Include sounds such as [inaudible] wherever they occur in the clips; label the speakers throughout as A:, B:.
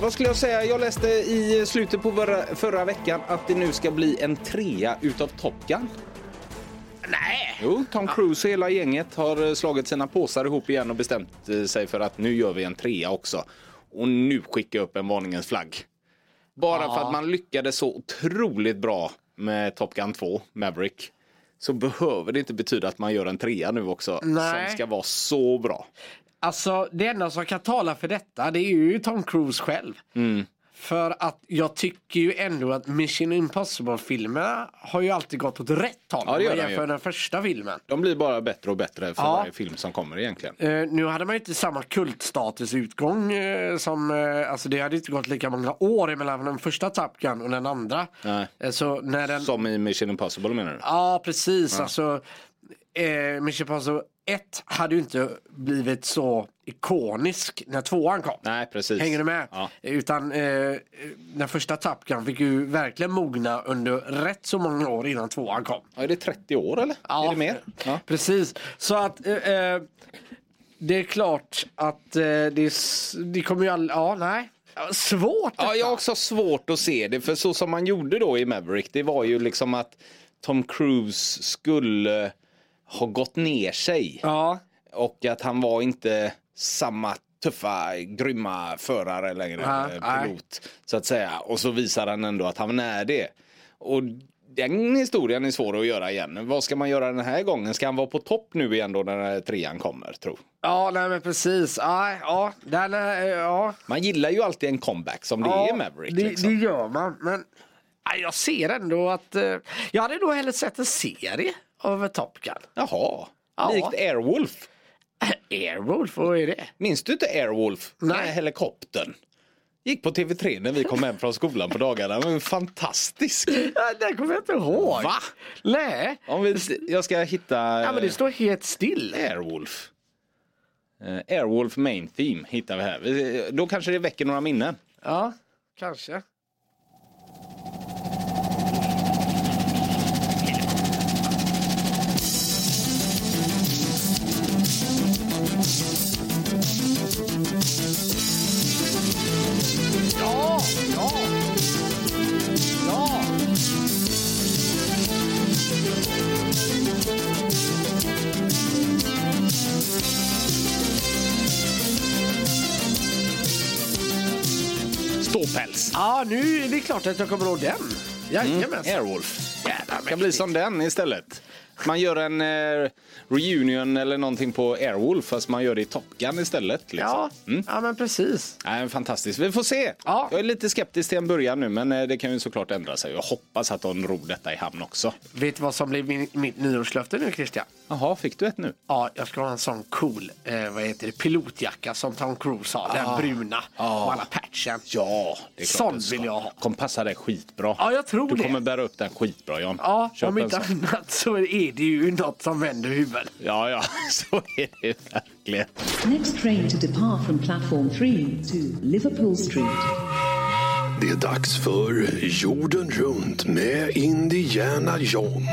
A: Vad skulle jag säga? Jag läste i slutet på förra, förra veckan att det nu ska bli en trea utav Top Gun.
B: Nej!
A: Jo, Tom Cruise och hela gänget har eh, slagit sina påsar ihop igen och bestämt eh, sig för att nu gör vi en trea också. Och nu skickar jag upp en varningens flagg. Bara för att man lyckades så otroligt bra med Top Gun 2, Maverick, så behöver det inte betyda att man gör en trea nu också
B: Nej.
A: som ska vara så bra.
B: Alltså det enda som kan tala för detta det är ju Tom Cruise själv.
A: Mm.
B: För att jag tycker ju ändå att Mission Impossible-filmerna har ju alltid gått åt rätt håll
A: Ja, det
B: om
A: gör
B: man
A: de ju.
B: jämför den första filmen.
A: De blir bara bättre och bättre för
B: Ja.
A: varje film som kommer egentligen.
B: Eh, nu hade man ju inte samma kultstatusutgång eh, som, eh, alltså det hade inte gått lika många år emellan den första Top Gun och den andra.
A: Nej.
B: Eh, så när den,
A: Som i Mission Impossible menar du?
B: ja precis alltså, eh, Mission Impossible 1 hade ju inte blivit så ikonisk när tvåan kom.
A: Nej, precis.
B: Hänger du med?
A: Ja.
B: Utan eh, den första Top Gun fick ju verkligen mogna under rätt så många år innan tvåan kom.
A: Ja, är det 30 år eller? Är det mer? Ja.
B: Precis, så att eh, eh, det är klart att eh, det, är s- det kommer ju all, ja nej. Svårt!
A: Ja, jag har också svårt att se det, för så som man gjorde då i Maverick, det var ju liksom att Tom Cruise skulle ha gått ner sig
B: Ja,
A: och att han var inte samma tuffa, grymma förare längre,
B: Ja,
A: eh, pilot, så att säga. Och så visar han ändå att han är det. Och den historien är svår att göra igen. Vad ska man göra den här gången? Ska han vara på topp nu igen då när den här trean kommer, tro?
B: ja nej men precis. Ja, ja, den, är- eh, ja.
A: Man gillar ju alltid en comeback som det är
B: ja
A: i Maverick.
B: det,
A: liksom.
B: det gör man. Men ja, jag ser ändå att, eh, jag hade nog hellre sett en serie av Top Gun.
A: Jaha,
B: Ja.
A: likt Airwolf.
B: Airwolf, vad är det?
A: Minns du inte Airwolf?
B: Nej.
A: Den här helikoptern. Gick på TV3 när vi kom hem från skolan på dagarna. Men fantastisk!
B: Ja, Det kommer jag inte ihåg.
A: Va?
B: Nej.
A: Om vi, jag ska hitta
B: Ja, men det står helt still.
A: eh, Airwolf. Eh, Airwolf main theme hittar vi här. Vi- eh, Då kanske det väcker några minnen.
B: Ja, kanske. Ja, ja. Ja.
A: Ståpäls.
B: Ja, nu är det klart att jag kommer ihåg den. Jajamensan.
A: Mm. Airwolf.
B: Jävla
A: Kan bli
B: mäktigt.
A: som den istället. Man gör en eh, reunion eller någonting på Airwolf fast man gör det i Top Gun istället. Liksom.
B: Ja, ja, men precis.
A: Nej, fantastiskt. Vi får se.
B: Ja.
A: Jag är lite skeptisk till en början nu, men eh, det kan ju såklart ändra sig. Jag hoppas att de ror detta i hamn också.
B: Vet du vad som blev min, mitt nyårslöfte nu Christian?
A: Jaha, fick du ett nu?
B: Ja, jag ska ha en sån cool eh, vad heter det, pilotjacka som Tom Cruise har. Den bruna.
A: Ah.
B: Och alla patchen.
A: Ja, det är klart
B: Sån
A: du ska.
B: vill jag ha.
A: kommer passa dig skitbra.
B: Ja, jag tror
A: du
B: det.
A: kommer bära upp den skitbra, John.
B: Ja,
A: Köp
B: om
A: en
B: inte
A: sån.
B: annat så är det ju något som vänder huvudet.
A: Ja, ja, [laughs] så är det verkligen.
C: Next train to depart from platform 3 to Liverpool Street.
D: Det är dags för Jorden runt med Indiana John.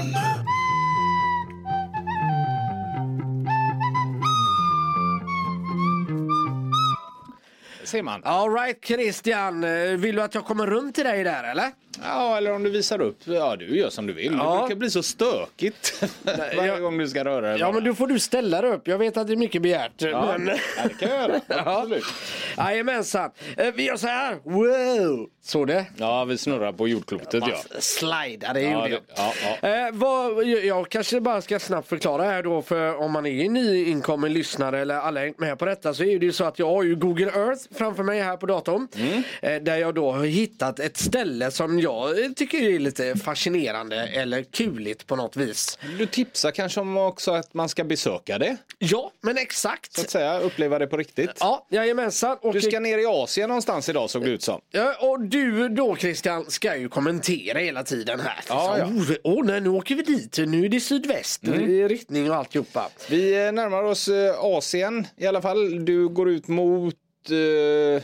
A: Ser man.
B: All right Christian, eh, vill du att jag kommer runt till dig där eller?
A: Ja, eller om du visar upp. Ja, du gör som du vill.
B: Ja.
A: Det brukar bli så stökigt [laughs] varje
B: jag-
A: gång du ska röra dig.
B: Ja men då får du ställa dig upp, jag vet att det är mycket begärt.
A: Ja,
B: Men...
A: ja, det kan jag göra. Absolut.
B: [laughs] Jajamensan. Eh, Vi gör så här. Wow! Såg det?
A: Ja, vi snurrar på jordklotet, ja.
B: Slida, det
A: Ja,
B: gjorde
A: det-
B: jag.
A: ja, ja.
B: Eh, vad, jag kanske bara ska snabbt förklara här då för om man är en nyinkommen lyssnare eller alla hängt med på detta så är det ju så att jag har ju Google Earth framför mig här på datorn.
A: Mm.
B: Eh, där jag då har hittat ett ställe som jag eh, tycker är lite fascinerande eller kuligt på något vis.
A: Du tipsar kanske om också att man ska besöka det.
B: Ja, men exakt.
A: så att säga, uppleva det på riktigt.
B: Ja, jajamensan. Och,
A: Du ska ner i Asien någonstans idag såg det ut som.
B: Ja, och du då Christian ska ju kommentera hela tiden här.
A: Ja, Mm. ja.
B: Åh åh, nej, nu åker vi dit, nu är det sydväst i riktning och alltihopa.
A: Vi eh, närmar oss eh, Asien i alla fall. Du går ut mot eh,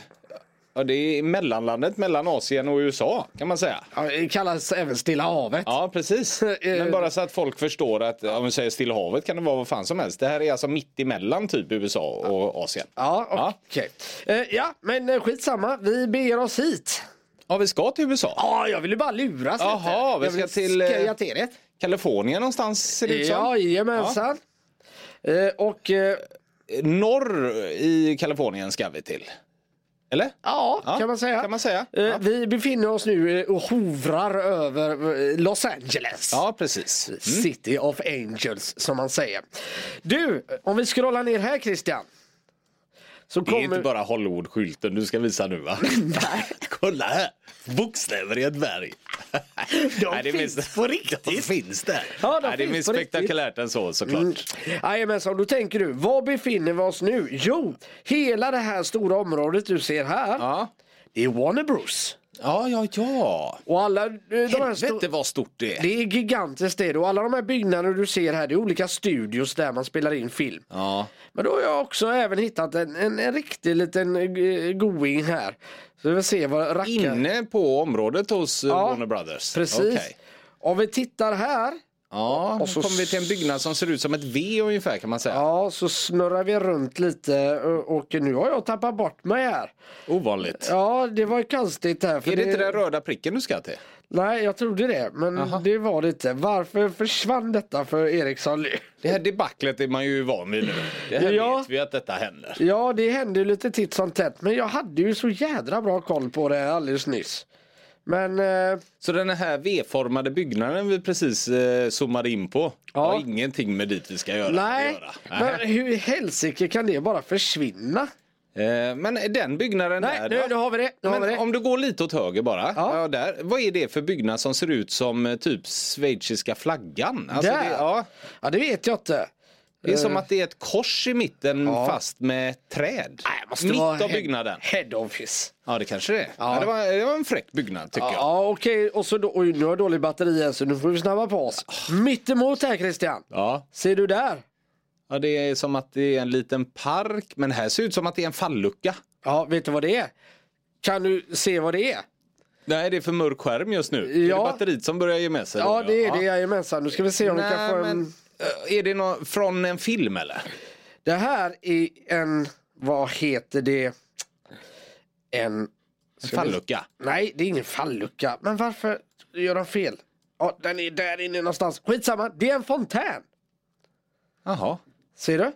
A: Ja, det är mellanlandet mellan Asien och USA kan man säga.
B: Ja, det kallas även Stilla havet.
A: Ja,
B: [laughs]
A: precis.
B: Eh,
A: Men bara så att folk förstår att om vi säger Stilla havet kan det vara vad fan som helst. Det här är alltså mitt emellan typ USA och Asien.
B: Ja, okej. Eh, Ja, men eh, skitsamma. Vi beger oss hit.
A: Ja, vi ska till USA.
B: Ja, jag ville bara luras lite.
A: Jaha, vi
B: jag
A: ska
B: ville
A: till, eh,
B: skoja till det.
A: Kalifornien någonstans ser det ut som.
B: Jajamensan. Eh, Och eh,
A: Norr i Kalifornien ska vi till. Eller?
B: ja,
A: Ja,
B: kan man säga.
A: kan man säga.
B: Eh,
A: Ja.
B: Vi befinner oss nu eh, och hovrar över eh, Los Angeles.
A: Ja, precis.
B: City of Angels som man säger. Du, om vi scrollar ner här Christian. Så
A: Det är inte bara Hollywood-skylten du ska visa nu
B: [laughs]
A: va? [laughs] Kolla här! Bokstäver i ett berg.
B: [laughs] De
A: Nej, det är
B: finns
A: mest-
B: på riktigt.
A: De finns där.
B: Ja, de
A: Nej, det är
B: finns
A: mer
B: på riktigt. Mm.
A: spektakulärt än så såklart.
B: Jajamensan, då tänker du, var befinner vi oss nu? Jo, hela det här stora området du ser här,
A: Ja.
B: det är Warner Bros.
A: ja, ja, ja.
B: Och alla eh, de här sto-
A: Helvete vad stort det är.
B: det är gigantiskt det och alla de här byggnaderna du ser här det är olika studios där man spelar in film.
A: Ja.
B: Men då har jag också även hittat en, en, en riktig liten eh, going här. Så vi får se vad rackar...
A: Inne på området hos eh,
B: Ja,
A: Warner Brothers.
B: Precis.
A: Okej.
B: Om vi tittar här
A: Ja,
B: Och
A: och
B: så-
A: så kommer vi till en byggnad som ser ut som ett V ungefär kan man säga.
B: Ja, så snurrar vi runt lite eh, och och nu har jag tappat bort mig här.
A: Ovanligt.
B: Ja, det var ju konstigt här. För
A: Är det inte den röda pricken du ska till?
B: Nej, jag trodde det, men det var det inte. Varför försvann detta för Eriksson nu?
A: Det här debaclet är man ju van vid nu. Det här
B: Ja.
A: vet vi att detta händer.
B: Ja, det hände ju lite titt som tätt, men jag hade ju så jädra bra koll på det alldeles nyss. Men eh,
A: Så den här V-formade byggnaden vi precis eh, zoomade in på
B: Ja.
A: har ingenting med dit vi ska göra.
B: nej,
A: Göra.
B: men hur i helsike kan det bara försvinna?
A: Eh, men den byggnaden
B: Nej,
A: där
B: nu,
A: då?
B: nu har vi det. Nu har vi
A: Men
B: det.
A: om du går lite åt höger bara.
B: Ja.
A: Ja. där. Vad är det för byggnad som ser ut som eh, typ schweiziska flaggan? Alltså
B: Där.
A: det, ja,
B: Ja, det vet jag inte.
A: det är som att det är ett kors i mitten
B: Ja.
A: fast med ett träd.
B: Nej, det måste
A: Mitt
B: vara
A: av
B: head-
A: byggnaden.
B: Head office.
A: Ja det kanske det är.
B: Ja.
A: Ja. det, var, det var en fräck byggnad tycker jag.
B: Ja okej, och så då, oj, nu har jag dålig batteri här så nu får vi snabba på oss.
A: Ah.
B: Mittemot här Christian.
A: Ja.
B: Ser du där?
A: ja, det är som att det är en liten park men här ser ut som att det är en fallucka.
B: Ja, vet du vad det är? Kan du se vad det är?
A: Nej det är för mörk skärm just nu. Är
B: Ja.
A: det batteriet som börjar ge med sig? då?
B: Ja det är det, jajamensan. Nu ska vi se om vi kan
A: Nej,
B: få en...
A: men, eh, Är det nå- från en film eller?
B: Det här är en, vad heter det? En...
A: En fallucka?
B: Nej, det är ingen fallucka. Men varför gör de fel? Ja, den är där inne någonstans. Skitsamma, det är en fontän.
A: Jaha.
B: Ser du?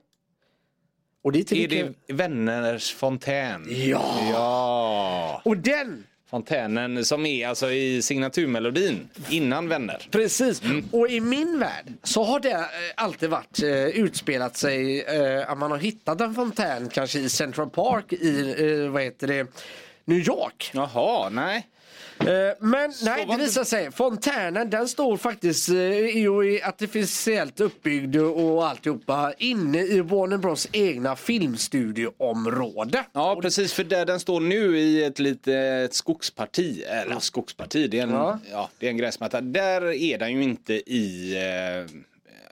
B: Och det är, till
A: Är
B: vilken-
A: det Vänners fontän?
B: Ja!
A: Ja!
B: Och den
A: Fontänen som är alltså i signaturmelodin innan Vänner.
B: Precis, och i min värld så har det eh, alltid varit eh, utspelat sig eh, att man har hittat en fontän kanske i Central Park i, eh, vad heter det, New York.
A: Jaha, nej.
B: Eh, men nej,
A: var
B: det
A: inte-
B: visar sig, fontänen den står faktiskt eh, i och i artificiellt uppbyggd och alltihopa inne i Warner Bros egna filmstudioområde.
A: Ja, precis. För där den står nu i ett litet skogsparti, eller ja, skogsparti, det är en,
B: Ja.
A: ja. det är en gräsmatta. Där är den ju inte i eh,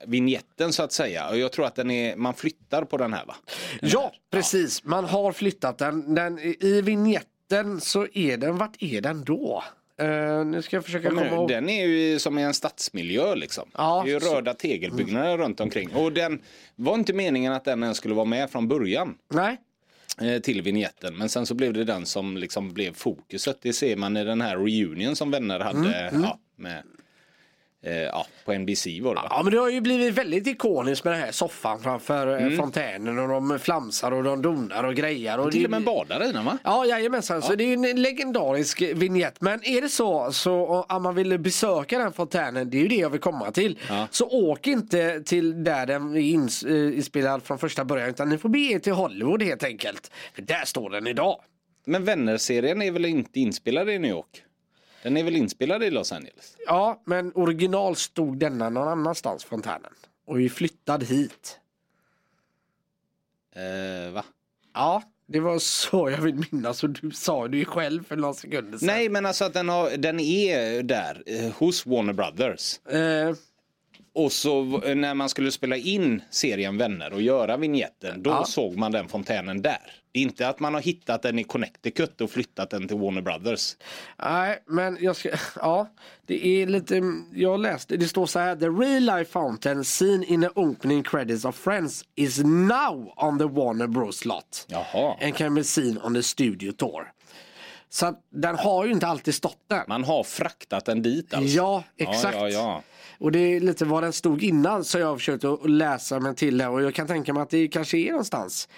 A: vignetten så att säga. Och jag tror att den är, man flyttar på den här va?
B: Ja, precis. Man har flyttat den. den I vignetten så är den, vart är den då? Eh, nu ska jag försöka komma
A: Nu,
B: ihåg.
A: den är ju som i en stadsmiljö liksom.
B: Ja,
A: det är ju
B: så- Mm.
A: röda tegelbyggnader runt omkring. Och den var inte meningen att den ens skulle vara med från början.
B: Nej.
A: eh, till vignetten. Men sen så blev det den som liksom blev fokuset. Det ser man i den här reunion som vänner hade
B: Mm,
A: Ja, med, eh, ja, på NBC var det va?
B: Ja men det har ju blivit väldigt ikoniskt med den här soffan framför mm. fontänen och de flamsar och de donar och grejar. Och
A: Till
B: det-
A: och med badare i den va?
B: Ja jajamensan, så det är ju en legendarisk vignett. Men är det så, så om man vill besöka den fontänen, det är ju det jag vill komma till.
A: Ja.
B: Så åk inte till där den är ins- eh, inspelad från första början utan ni får bege er till Hollywood helt enkelt. För där står den idag.
A: Men vänner-serien är väl inte inspelad i New York? Den är väl inspelad i Los Angeles?
B: Ja, men original stod denna någon annanstans, fontänen. Och är flyttad hit.
A: Eh, va?
B: Ja, det var så jag vill minnas och du sa det ju själv för några sekunder sedan.
A: Nej men alltså att den, har, den är där eh, hos Warner Brothers.
B: Eh,
A: Och så eh, när man skulle spela in serien Vänner och göra vignetten, då såg man den fontänen där. Det är inte att man har hittat den i Connecticut och flyttat den till Warner Brothers.
B: Nej, men jag ska, [laughs] ja, det är lite, jag läste, det står så här, the real life fountain seen in the opening credits of Friends is now on the Warner Bros lot.
A: Jaha.
B: And can be seen on the studio tour. Så att den har ju inte alltid stått där.
A: Man har fraktat den dit alltså.
B: Ja, exakt.
A: Ja, ja, ja.
B: Och det är lite vad den stod innan så jag har försökt att läsa mig till det och jag kan tänka mig att det kanske är någonstans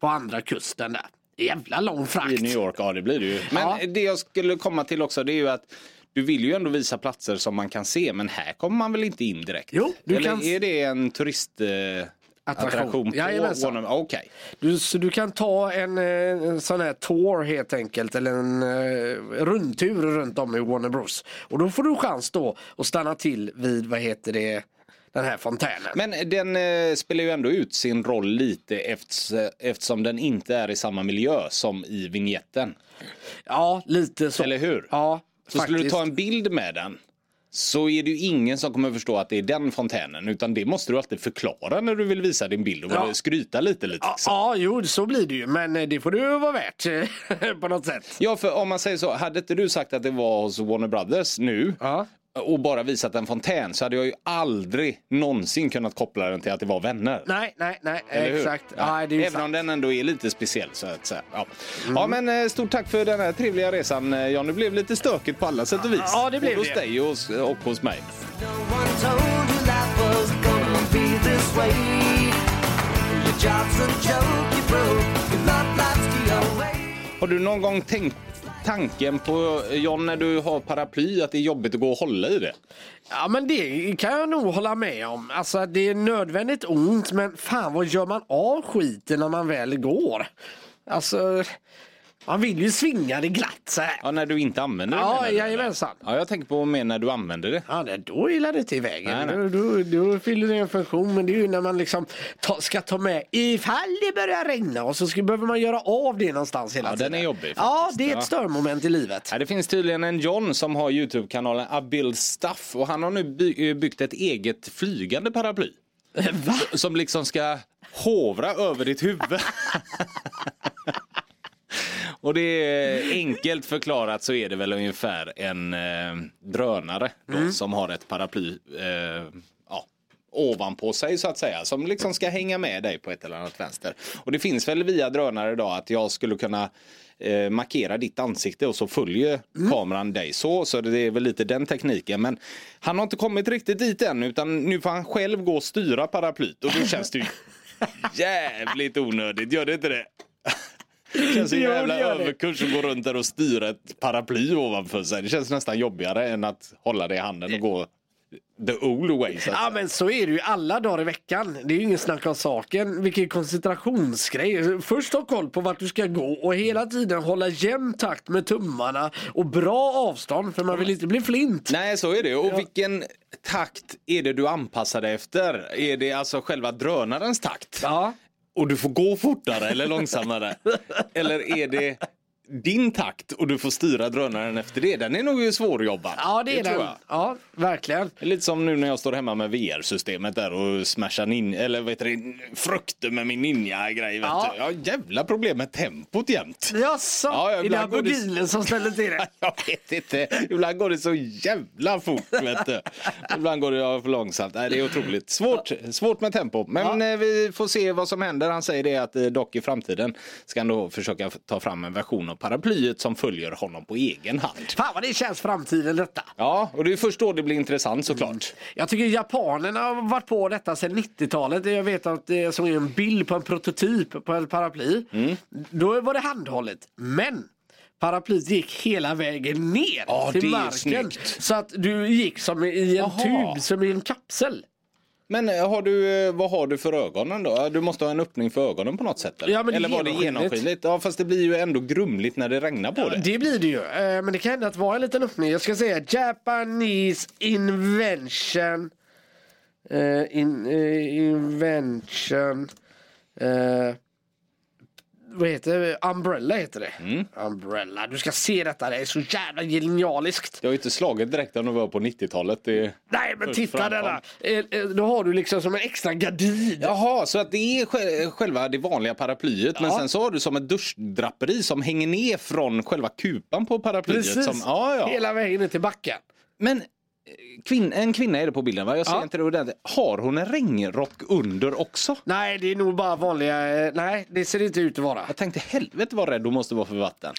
B: på andra kusten där. Jävla lång frakt.
A: I New York, ja det blir det ju. Men
B: Ja.
A: det jag skulle komma till också det är ju att du vill ju ändå visa platser som man kan se men här kommer man väl inte in direkt?
B: Jo, du
A: Eller
B: kan-
A: är det en turist... Eh...
B: Attraktion.
A: Attraktion på
B: Jajamensan.
A: Warner- Okej.
B: Du, så du kan ta en, eh, en sån här tour helt enkelt, eller en eh, rundtur runt om i Warner Bros. Och då får du chans då att stanna till vid, vad heter det, den här fontänen.
A: Men den eh, spelar ju ändå ut sin roll lite efts- eftersom den inte är i samma miljö som i vignetten.
B: ja, lite så.
A: Eller hur?
B: Ja,
A: Så
B: faktiskt.
A: skulle du ta en bild med den så är det ju ingen som kommer förstå att det är den fontänen utan det måste du alltid förklara när du vill visa din bild och
B: Ja.
A: skryta lite. lite
B: Ja,
A: liksom.
B: ja, jo, så blir det ju. Men eh, det får du vara värt [laughs] eh, på något sätt.
A: Ja, för om man säger så, hade inte du sagt att det var hos Warner Brothers nu
B: Ja.
A: och bara visat en fontän så hade jag ju aldrig någonsin kunnat koppla den till att det var vänner.
B: Nej, nej, nej,
A: Eller hur?
B: exakt.
A: Ja.
B: Ja, det är ju
A: Även om
B: sant.
A: den ändå är lite speciell. Så att säga. Ja. ja, men eh, stort tack för den här trevliga resan. Eh, Ja, nu blev lite stökigt på alla sätt och vis.
B: Ja, det blev
A: Både hos
B: det.
A: dig och hos, och hos mig.
E: No one told you life was gonna be this way. Your job's a joke, you broke. Your love life's to your way.
A: Har du någon gång tänkt tanken på, eh, John, när du har paraply, att det är jobbigt att gå och hålla i det?
B: Ja, men det kan jag nog hålla med om. Alltså, det är nödvändigt ont, men fan vad gör man av skiten när man väl går? Alltså, man vill ju svinga det glatt så här.
A: Ja, när du inte använder det? menar
B: Ja,
A: du, eller?
B: jajamensan.
A: Ja, jag tänker på mer när du använder det.
B: Ja, det- då gillar det inte i vägen.
A: Nej, nej.
B: Då, då, då fyller det en funktion. Men det är ju när man liksom ta, ska ta med ifall det börjar regna och så ska, behöver man göra av det någonstans hela
A: Ja, den
B: tiden.
A: är jobbig
B: Ja,
A: faktiskt.
B: det är ett
A: Ja.
B: störmoment i livet.
A: Ja, det finns tydligen en John som har Youtube-kanalen A Build Stuff och han har nu by- eh, byggt ett eget flygande paraply.
B: [laughs] Va?
A: som liksom ska hovra över ditt huvud. Och det är enkelt förklarat så är det väl ungefär en eh, drönare då, som har ett paraply eh, ja, ovanpå sig så att säga. Som liksom ska hänga med dig på ett eller annat vänster. Och det finns väl via drönare idag att jag skulle kunna eh, markera ditt ansikte och så följer kameran dig så. Så det är väl lite den tekniken. Men han har inte kommit riktigt dit än utan nu får han själv gå och styra paraplyt och då känns det ju jävligt onödigt. Gör det inte [laughs] det? Det känns en
B: Jo, det
A: jävla
B: gör det.
A: överkurs att gå runt där och styra ett paraply ovanför sig. Det känns nästan jobbigare än att hålla det i handen och gå the old way. Så att
B: Ja
A: säga.
B: men så är det ju alla dagar i veckan. Det är ju ingen snack om saken. Vilken koncentrationsgrej. Först ha koll på vart du ska gå och hela tiden hålla jämn takt med tummarna och bra avstånd för man vill inte bli flint.
A: Nej, så är det. Och vilken takt är det du anpassar dig efter? Är det alltså själva drönarens takt?
B: Ja.
A: Och du får gå fortare eller [laughs] långsammare? eller är det din takt och du får styra drönaren efter det? Den är nog ju svårjobbad.
B: Ja det är
A: tror
B: den.
A: jag.
B: Ja, verkligen.
A: Det är Lite som nu när jag står hemma med VR-systemet där och smashar nin- eller vad heter det, frukter med min ninja-grej. vet
B: Ja.
A: du. Jag har jävla problem med tempot jämt. [laughs]
B: Jaså,
A: Ja,
B: är det
A: ibland går det-
B: abogilen som ställer
A: [laughs]
B: till det?
A: Jag vet inte. Ibland går det så jävla fort. Vet du. Ibland går det ja, för långsamt. Nej, det är otroligt svårt, svårt med tempo. Men eh, vi får se vad som händer. Han säger det att eh, dock i framtiden ska han då försöka f- ta fram en version av paraplyet som följer honom på egen hand.
B: Fan vad det känns framtiden detta.
A: Ja, och det är först då det blir intressant såklart.
B: Jag tycker japanerna har varit på detta sedan 90-talet. Jag vet att jag såg en bild på en prototyp på ett paraply.
A: Mm.
B: Då var det handhållet. Men paraplyet gick hela vägen ner
A: Ja, det
B: till
A: är
B: marken.
A: snyggt.
B: Så att du gick som i en
A: Jaha.
B: tub, som i en kapsel.
A: Men eh, har du, eh, vad har du för ögonen då? Du måste ha en öppning för ögonen på något sätt? Eller,
B: Ja, men det är
A: eller var det
B: genomskinligt.
A: genomskinligt? Ja, fast det blir ju ändå grumligt när det regnar på det.
B: Det blir det ju. Eh, Men det kan hända att vara en liten öppning. Jag ska säga Japanese invention. eh, in, eh, invention. eh, vad heter det? Umbrella heter det.
A: Mm.
B: Umbrella. Du ska se detta, det är så jävla genialiskt.
A: Det har ju inte slagit direkt om det var på 90-talet. Det...
B: Nej men
A: Först
B: titta
A: framkom.
B: denna. Eh, eh, Då har du liksom som en extra gardin.
A: Jaha, så att det är sj- själva det vanliga paraplyet men
B: Ja.
A: sen så har du som ett duschdraperi som hänger ner från själva kupan på paraplyet.
B: Precis.
A: Som, ja, ja.
B: Hela vägen ner till backen.
A: Men eh, kvin- en kvinna är det på bilden va? Jag ser
B: Ja.
A: inte det ordentligt. Har hon en regnrock under också?
B: Nej, det är nog bara vanliga... eh, Nej, det ser inte ut att vara.
A: Jag tänkte helvete vad rädd hon måste vara för
B: [laughs]
A: vatten.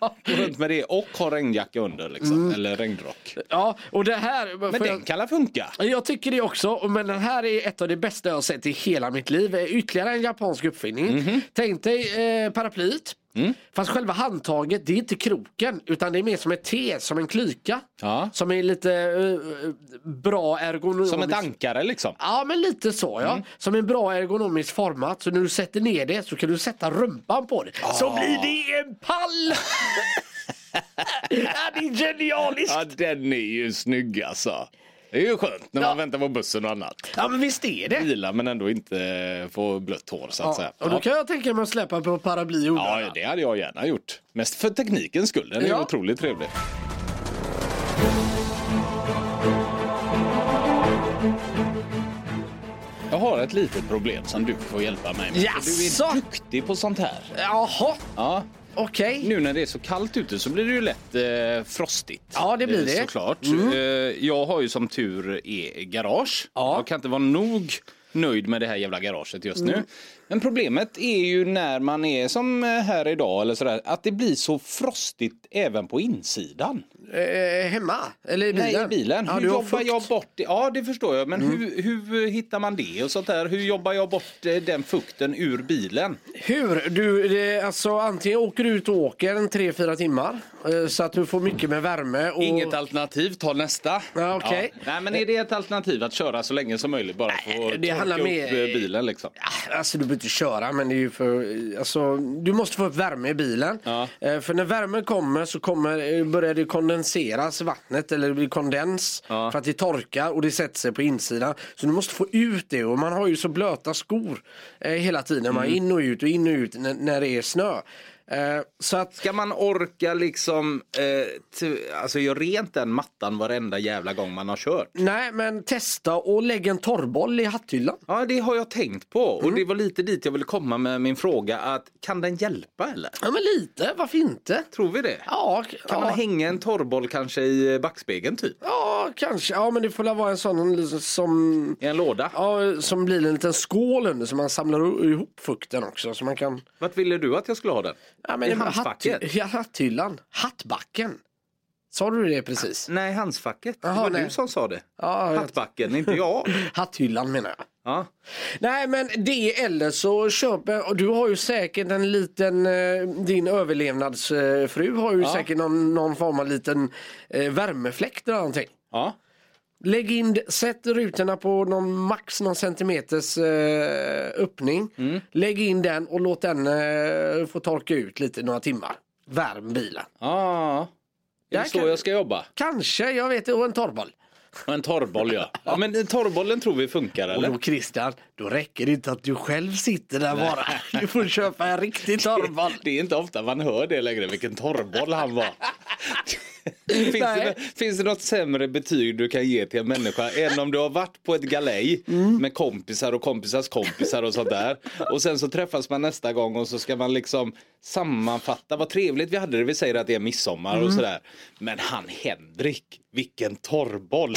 A: Gå runt med det och ha regnjacka under liksom.
B: Mm.
A: Eller regnrock.
B: Ja, och det här...
A: Men
B: för-
A: den kan väl funka?
B: Jag tycker det också, men den här är ett av det bästa jag har sett i hela mitt liv. Ytterligare en japansk uppfinning.
A: Mhm.
B: Tänk dig eh, paraplyet.
A: Mm.
B: Fast själva handtaget, det är inte kroken utan det är mer som ett T, som en klyka.
A: Ja.
B: Som är lite eh, bra ergonomiskt.
A: Som ett Mm. ankare liksom.
B: Ja men lite så ja. Som en bra ergonomisk format. Så när du sätter ner det så kan du sätta rumpan på det. Så
A: Ah.
B: blir det en pall! [laughs] ja, det är genialiskt!
A: Ja den är ju snygg alltså. Det är ju skönt när man
B: Ja.
A: väntar på bussen och annat.
B: Ja men visst är det!
A: vila men ändå inte få blött hår så att
B: Ja,
A: säga.
B: och då kan jag tänka mig att släppa på paraply och
A: ja, det hade jag gärna gjort. Mest för teknikens skull, den är
B: Ja.
A: otroligt trevlig. Jag har ett litet problem som du får hjälpa mig med.
B: Jaså?
A: Du är duktig på sånt här.
B: Jaha,
A: Ja.
B: okej.
A: Nu när det är så kallt ute så blir det ju lätt eh, frostigt.
B: Ja, det blir
A: Eh,
B: det. Mm.
A: Såklart. Eh, jag har ju som tur är garage.
B: Ja.
A: Jag kan inte vara nog nöjd med det här jävla garaget just
B: Mm.
A: nu. Men problemet är ju när man är som eh, här idag eller sådär, att det blir så frostigt även på insidan.
B: Eh, hemma? Eller i bilen?
A: Nej, i bilen.
B: Ja,
A: hur
B: du har
A: jobbar
B: fukt. Mm.
A: jag bort det? Ja, det förstår jag. Men hur, hur hittar man det och sånt där? Hur jobbar jag bort eh, den fukten ur bilen?
B: Hur? Du, det, alltså, antingen åker du ut och åker en 3-4 timmar eh, så att du får mycket med värme. Och...
A: Inget alternativ, ta nästa.
B: Ja, okej.
A: Nej, men är det ett alternativ att köra så länge som möjligt bara för
B: det
A: att torka
B: handlar
A: upp
B: mer-
A: eh, bilen liksom?
B: Alltså du behöver inte köra men det är ju för, alltså, du måste få upp värme i bilen.
A: Ja.
B: Eh, För när värmen kommer så kommer, eh, börjar det kondenseras vattnet eller det blir kondens
A: Ja.
B: för att det torkar och det sätter sig på insidan. Så du måste få ut det och man har ju så blöta skor eh, hela tiden. Man
A: Mm.
B: är in och ut och in och ut när, när det är snö. Eh, Så att
A: Ska man orka liksom eh, t- alltså göra rent den mattan varenda jävla gång man har kört?
B: Nej men testa och lägg en torrboll i hatthyllan.
A: Ja, det har jag tänkt på och det var lite dit jag ville komma med min fråga att kan den hjälpa eller?
B: Ja men lite, varför inte?
A: Tror vi det?
B: Ja,
A: Kan
B: ja.
A: man hänga en torrboll kanske i backspegeln typ?
B: Ja, kanske. Ja, men det får väl vara en sån liksom, som...
A: I en låda?
B: Ja, som blir en liten skål under så man samlar ihop fukten också så man kan...
A: Vart ville du att jag skulle ha den?
B: Ja,
A: I
B: men
A: handfacket?
B: hatt- ja, hatthyllan. Hattbacken. Sa du det precis?
A: Nej, handsfacket. det
B: Jaha,
A: var
B: nej.
A: du som sa det.
B: Ja, jag-
A: Hattbacken, inte [laughs] jag.
B: Mm. Hatthyllan menar jag.
A: Ja.
B: Nej men det eller så köper, och du har ju säkert en liten, eh, din överlevnadsfru har ju säkert någon, någon form av liten eh, värmefläkt eller någonting.
A: Ja.
B: Lägg in, sätt rutorna på någon max någon centimeters eh, öppning.
A: Mm.
B: Lägg in den och låt den eh, få torka ut lite några timmar. Värm bilen.
A: Ja. Ah. Är
B: Där
A: det så
B: kan-
A: jag ska jobba?
B: Kanske, jag vet inte, och en torrboll.
A: Ja, En torrboll ja. ja men torrbollen tror vi funkar
B: Och
A: eller?
B: då Christian, då räcker det inte att du själv sitter där bara. Du får köpa en
A: [laughs]
B: riktig torrboll.
A: Det är inte ofta man hör det längre, vilken torrboll han var. finns,
B: Nej.
A: det, finns det något sämre betyg du kan ge till en människa än om du har varit på ett galej med kompisar och kompisars kompisar och sånt där. Och sen så träffas man nästa gång och så ska man liksom sammanfatta vad trevligt vi hade det. Vi säger att det är midsommar och sådär. Men han Henrik, vilken torrboll.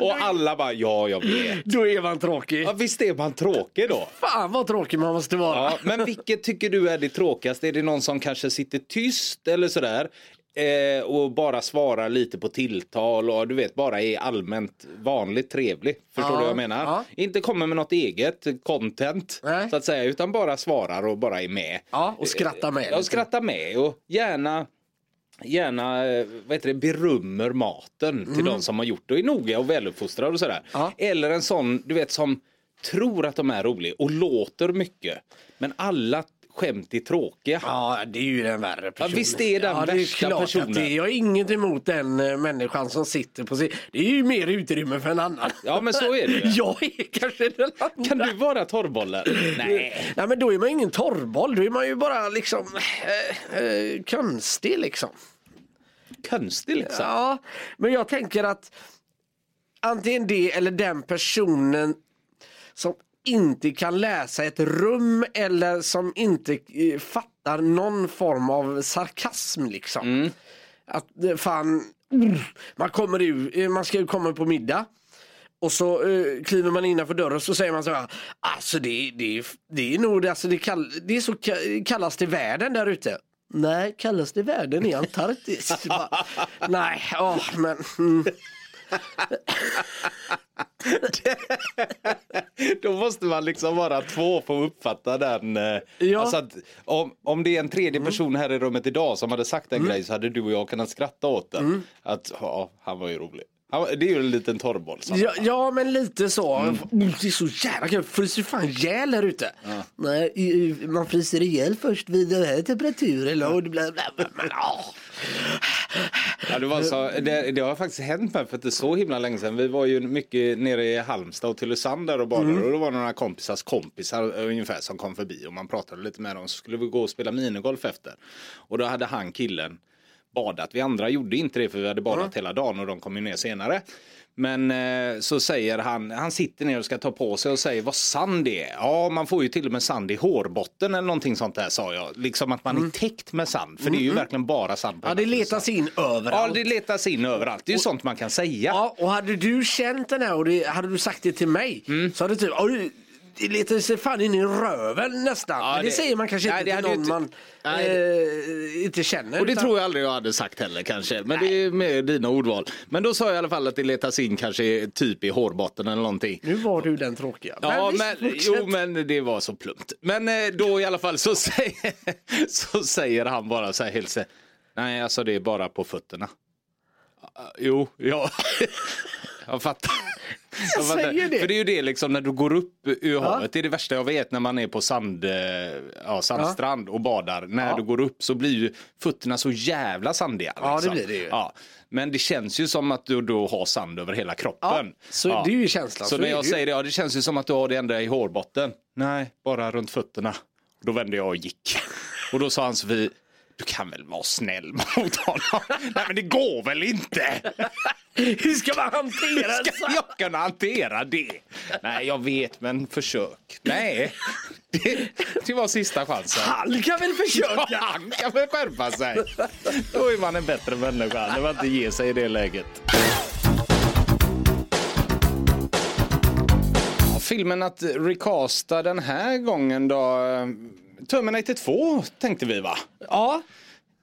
A: och alla bara ja, jag vet.
B: Då är man tråkig.
A: Ja, visst är man tråkig då?
B: Fan vad tråkig man måste vara.
A: Ja, men vilket tycker du är det tråkigaste? Är det någon som kanske sitter tyst eller sådär? Eh, och bara svarar lite på tilltal och du vet bara är allmänt vanligt trevlig. Förstår
B: Ja,
A: du vad jag menar?
B: ja.
A: Inte kommer med något eget content
B: Nej.
A: så att säga utan bara svarar och bara är med.
B: Ja, och skratta med. liksom.
A: Ja,
B: lite.
A: skratta med och gärna gärna eh, vad heter det, berömmer maten till de som har gjort det och är noga och väluppfostrade och sådär.
B: Mm. Ja.
A: Eller en sån du vet som tror att de är rolig och låter mycket men alla skämt är tråkiga.
B: Ja, det är ju den värre personen.
A: Ja, visst är den
B: ja, det
A: värsta
B: klart att
A: personen.
B: Det är jag har inget emot den eh, människan som sitter på sig. Det är ju mer utrymme för en annan.
A: Ja, men så är det ju.
B: [laughs] Jag är kanske den andra.
A: Kan du vara torrbollen? Nej.
B: Nej men då är man ingen torrboll, då är man ju bara liksom eh, eh, konstig liksom.
A: Konstig liksom.
B: Ja, men jag tänker att antingen det eller den personen som inte kan läsa ett rum eller som inte eh, fattar någon form av sarkasm liksom. Att eh, fan, man kommer ur, eh, man ska ju komma på middag. Och så eh, kliver man innanför dörren och så säger man så här. Alltså det, det, det är nog, alltså det, kall, det är så ka- kallas det världen där ute. Nej, kallas det världen i [laughs] Antarktis? Bara, Nej, åh men. Mm.
A: [laughs] Då måste man liksom vara två för att uppfatta den. eh,
B: Ja. Mm.
A: Alltså att, om, om det är en tredje person här i rummet idag som hade sagt en grej så hade du och jag kunnat skratta åt den.
B: Mm.
A: Att ja, han var ju rolig. Han, var- det är ju en liten torrboll. Så.
B: Ja, ja men lite så. Oh, Det är så jävla kallt, fryser fan ihjäl här ute. Nej, i- i- man fryser ihjäl först vid den här temperaturen. Och det blir, bla, bla, bla, bla.
A: Ja, det, var så, det, det har faktiskt hänt mig för att det är så himla länge sedan. Vi var ju mycket nere i Halmstad och Tylösand där och badade
B: Mm.
A: och det var några kompisars kompisar eh, ungefär som kom förbi och man pratade lite med dem så skulle vi gå och spela minigolf efter. Och då hade han killen badat. Vi andra gjorde inte det för vi hade badat
B: Mm.
A: hela dagen och de kom ju ner senare. Men eh, så säger han, han sitter ner och ska ta på sig och säger vad sand det är. Ja, man får ju till och med sand i hårbotten eller någonting sånt där sa jag. Liksom att man är täckt med sand, för det är ju verkligen bara sand. på
B: Mm. Ja,
A: hela
B: det
A: Tylösand.
B: letas in
A: Ja,
B: överallt.
A: det letas in överallt. Det är ju sånt man kan säga.
B: Ja, och hade du känt den här och det, hade du sagt det till mig så hade du typ, "Oj, det letar sig fan in i röven nästan.
A: Ja,
B: Men det,
A: det-
B: säger man kanske
A: Nej, det
B: inte till
A: hade ju
B: någon man
A: inte- Nej,
B: eh, inte känner.
A: Och det
B: utan-
A: tror jag aldrig jag hade sagt heller kanske. Men det är med dina ordval. Men då sa jag i alla fall att det letas in kanske typ i hårbotten eller någonting.
B: Nu var du den tråkiga.
A: Ja,
B: visst,
A: men,
B: fortsätt.
A: jo, men det var så plumpt. Men eh, då i alla fall så [laughs] säger, så säger han bara så här helt så här, Nej, alltså det är bara på fötterna. Ah, Jo, ja. [laughs] Jag fattar. Jag fattar.
B: säger det.
A: För det är ju det liksom när du går upp ur havet. Det är det värsta jag vet när man är på sand, eh, ja, sandstrand och badar. När du går upp så blir ju fötterna så jävla sandiga.
B: Ja, det
A: liksom.
B: blir det ju.
A: Ja. Men det känns ju som att du då har sand över hela kroppen.
B: Ja, så det är ju känslan,
A: Så,
B: så
A: när
B: är det
A: jag
B: ju.
A: säger det, ja, det känns ju som att du har det ända i hårbotten. Nej, bara runt fötterna. Då vände jag och
B: [laughs]
A: gick. Och då sa han Sofie, du kan väl vara snäll [laughs] mot honom? Nej men det går väl inte?
B: [laughs] Hur ska man hantera
A: Hur
B: det?
A: ska jag kunna hantera det? Nej jag vet men försök. Nej, det, det var sista chansen.
B: Han kan väl försöka?
A: Ja, han kan väl skärpa sig. Då är man en bättre människa när man inte ger sig i det läget. Ja, Filmen att recasta den här gången då. eh, Terminator 2 tänkte vi va?
B: Ja,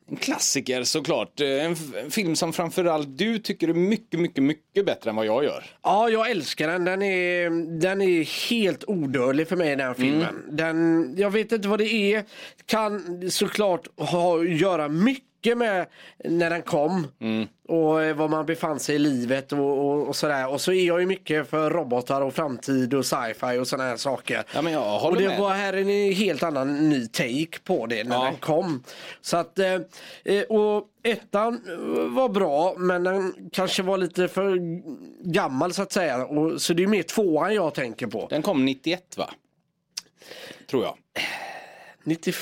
A: En klassiker såklart. Eh, En f- en film som framförallt du tycker är mycket, mycket, mycket bättre än vad jag gör.
B: ja, jag älskar den. Den är, den är helt odödlig för mig den
A: Mm.
B: här filmen. Den, jag vet inte vad det är. Kan såklart ha att göra mycket med när den kom
A: Mm.
B: och eh, var man befann sig i livet och, och, och sådär. Och så är jag ju mycket för robotar och framtid och sci-fi och sådana här saker.
A: Ja, men jag håller
B: och det
A: med.
B: var här en helt annan ny take på det när
A: Ja.
B: den kom. Så att, eh, eh, och ettan eh, var bra men den kanske var lite för gammal så att säga. Och, så det är mer tvåan jag tänker på.
A: Den kom 91 va? Tror jag.
B: 90...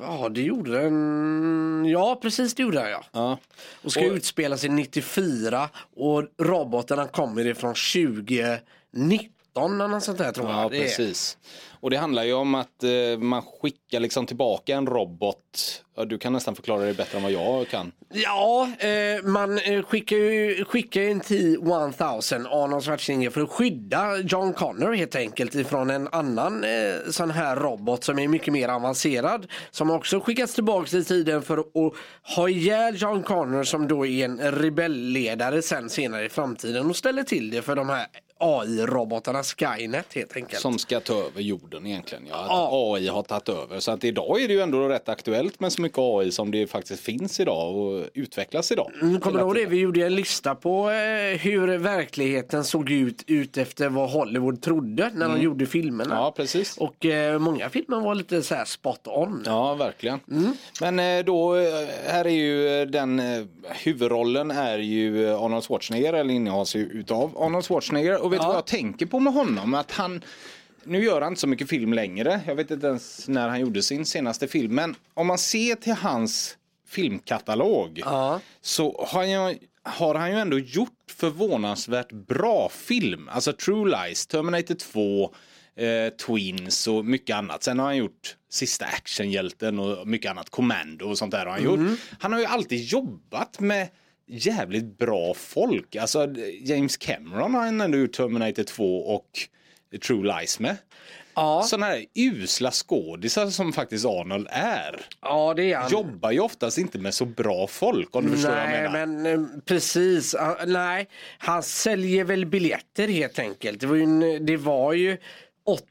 B: Ja det gjorde den. Ja precis det gjorde den ja.
A: Ja.
B: Och ska
A: Och-
B: utspela sig 94 och robotarna kommer ifrån 2019 eller något sånt där tror jag.
A: Ja,
B: det är.
A: precis. Och det handlar ju om att eh, man skickar liksom tillbaka en robot. Ja, du kan nästan förklara det bättre än vad jag kan.
B: Ja, eh, man eh, skickar ju skickar ju en T-1000 Arnold Schwarzenegger för att skydda John Connor helt enkelt ifrån en annan eh, sån här robot som är mycket mer avancerad. Som också skickats tillbaka i tiden för att ha ihjäl John Connor som då är en rebellledare sen senare i framtiden och ställer till det för de här AI-robotarna Skynet helt enkelt.
A: Som ska ta över jorden egentligen. Ja, att
B: Ja.
A: AI har tagit över. Så att idag är det ju ändå rätt aktuellt med så mycket AI som det faktiskt finns idag och utvecklas idag.
B: Mm, Kommer du ihåg det? Vi gjorde en lista på eh, hur verkligheten såg ut ut efter vad Hollywood trodde när de gjorde filmerna.
A: Mm. Ja, precis.
B: Och eh, många filmer var lite så här spot on.
A: Ja, verkligen. Men eh, då, eh, här är ju eh, den eh, huvudrollen är ju eh, Arnold Schwarzenegger, eller innehas ju utav Arnold Schwarzenegger. Och vet du
B: Ja.
A: vad jag tänker på med honom? Att han, nu gör han inte så mycket film längre. Jag vet inte ens när han gjorde sin senaste film. Men om man ser till hans filmkatalog
B: Ja.
A: så har, jag, har han ju ändå gjort förvånansvärt bra film. Alltså True Lies, Terminator 2, eh, Twins och mycket annat. Sen har han gjort Sista actionhjälten och mycket annat, Commando och sånt där har han
B: Mm.
A: gjort. Han har ju alltid jobbat med jävligt bra folk. Alltså James Cameron har han ändå gjort Terminator 2 och True Lies med.
B: Ja,
A: Sådana här usla skådisar som faktiskt Arnold är
B: ja det är han.
A: jobbar ju oftast inte med så bra folk om du förstår vad jag menar.
B: Nej men eh, precis, Ah, nej han säljer väl biljetter helt enkelt. Det var ju, en- det var ju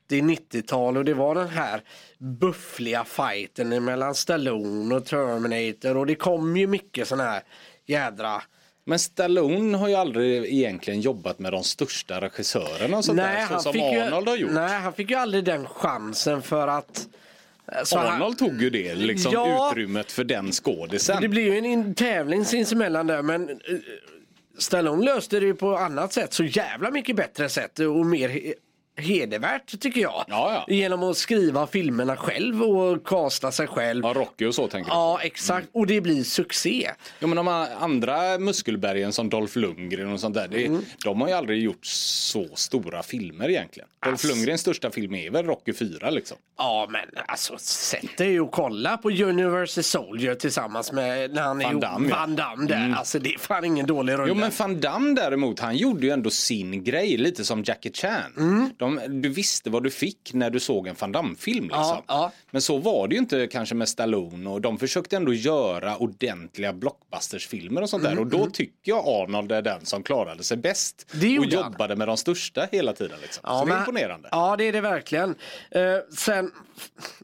B: 80-90-tal och det var den här buffliga fighten mellan Stallone och Terminator och det kom ju mycket sån här jädra
A: Men Stallone har ju aldrig egentligen jobbat med de största regissörerna och sånt där, så som Arnold har gjort.
B: nej, han fick ju aldrig den chansen för att... så han-
A: Arnold tog ju det, liksom
B: Ja.
A: utrymmet för den skådisen.
B: Det blir ju en in- tävling sinsemellan där men eh, Stallone löste det ju på annat sätt, så jävla mycket bättre sätt och mer he- hedervärt tycker jag.
A: Ja, ja.
B: Genom att skriva filmerna själv och kasta sig själv.
A: Ja, Rocky och så tänker du.
B: Ja exakt, och det blir succé.
A: Ja, men de här andra muskelbergen som Dolph Lundgren och sånt där, det,
B: Mm.
A: de har ju aldrig gjort så stora filmer egentligen. Dolph Lundgrens största film är väl Rocky 4 liksom.
B: Ja men alltså sätt dig och kolla på Universal Soldier tillsammans med när han är
A: Van
B: ihop-
A: Damme, ja. Mm.
B: Van Damme där. Alltså det är fan ingen dålig runda.
A: Jo men Van Damme däremot, han gjorde ju ändå sin grej, lite som Jackie Chan.
B: Mm.
A: De, du visste vad du fick när du såg en Van Damme-film. Liksom.
B: Ja, ja.
A: Men så var det ju inte kanske med Stallone och de försökte ändå göra ordentliga blockbustersfilmer och sånt
B: Mm,
A: där. Och då tycker jag Arnold är den som klarade sig bäst.
B: Det
A: och
B: gjorde han.
A: jobbade med de största hela tiden. Liksom. så det är
B: men-
A: imponerande.
B: Ja det är det verkligen. Eh, sen,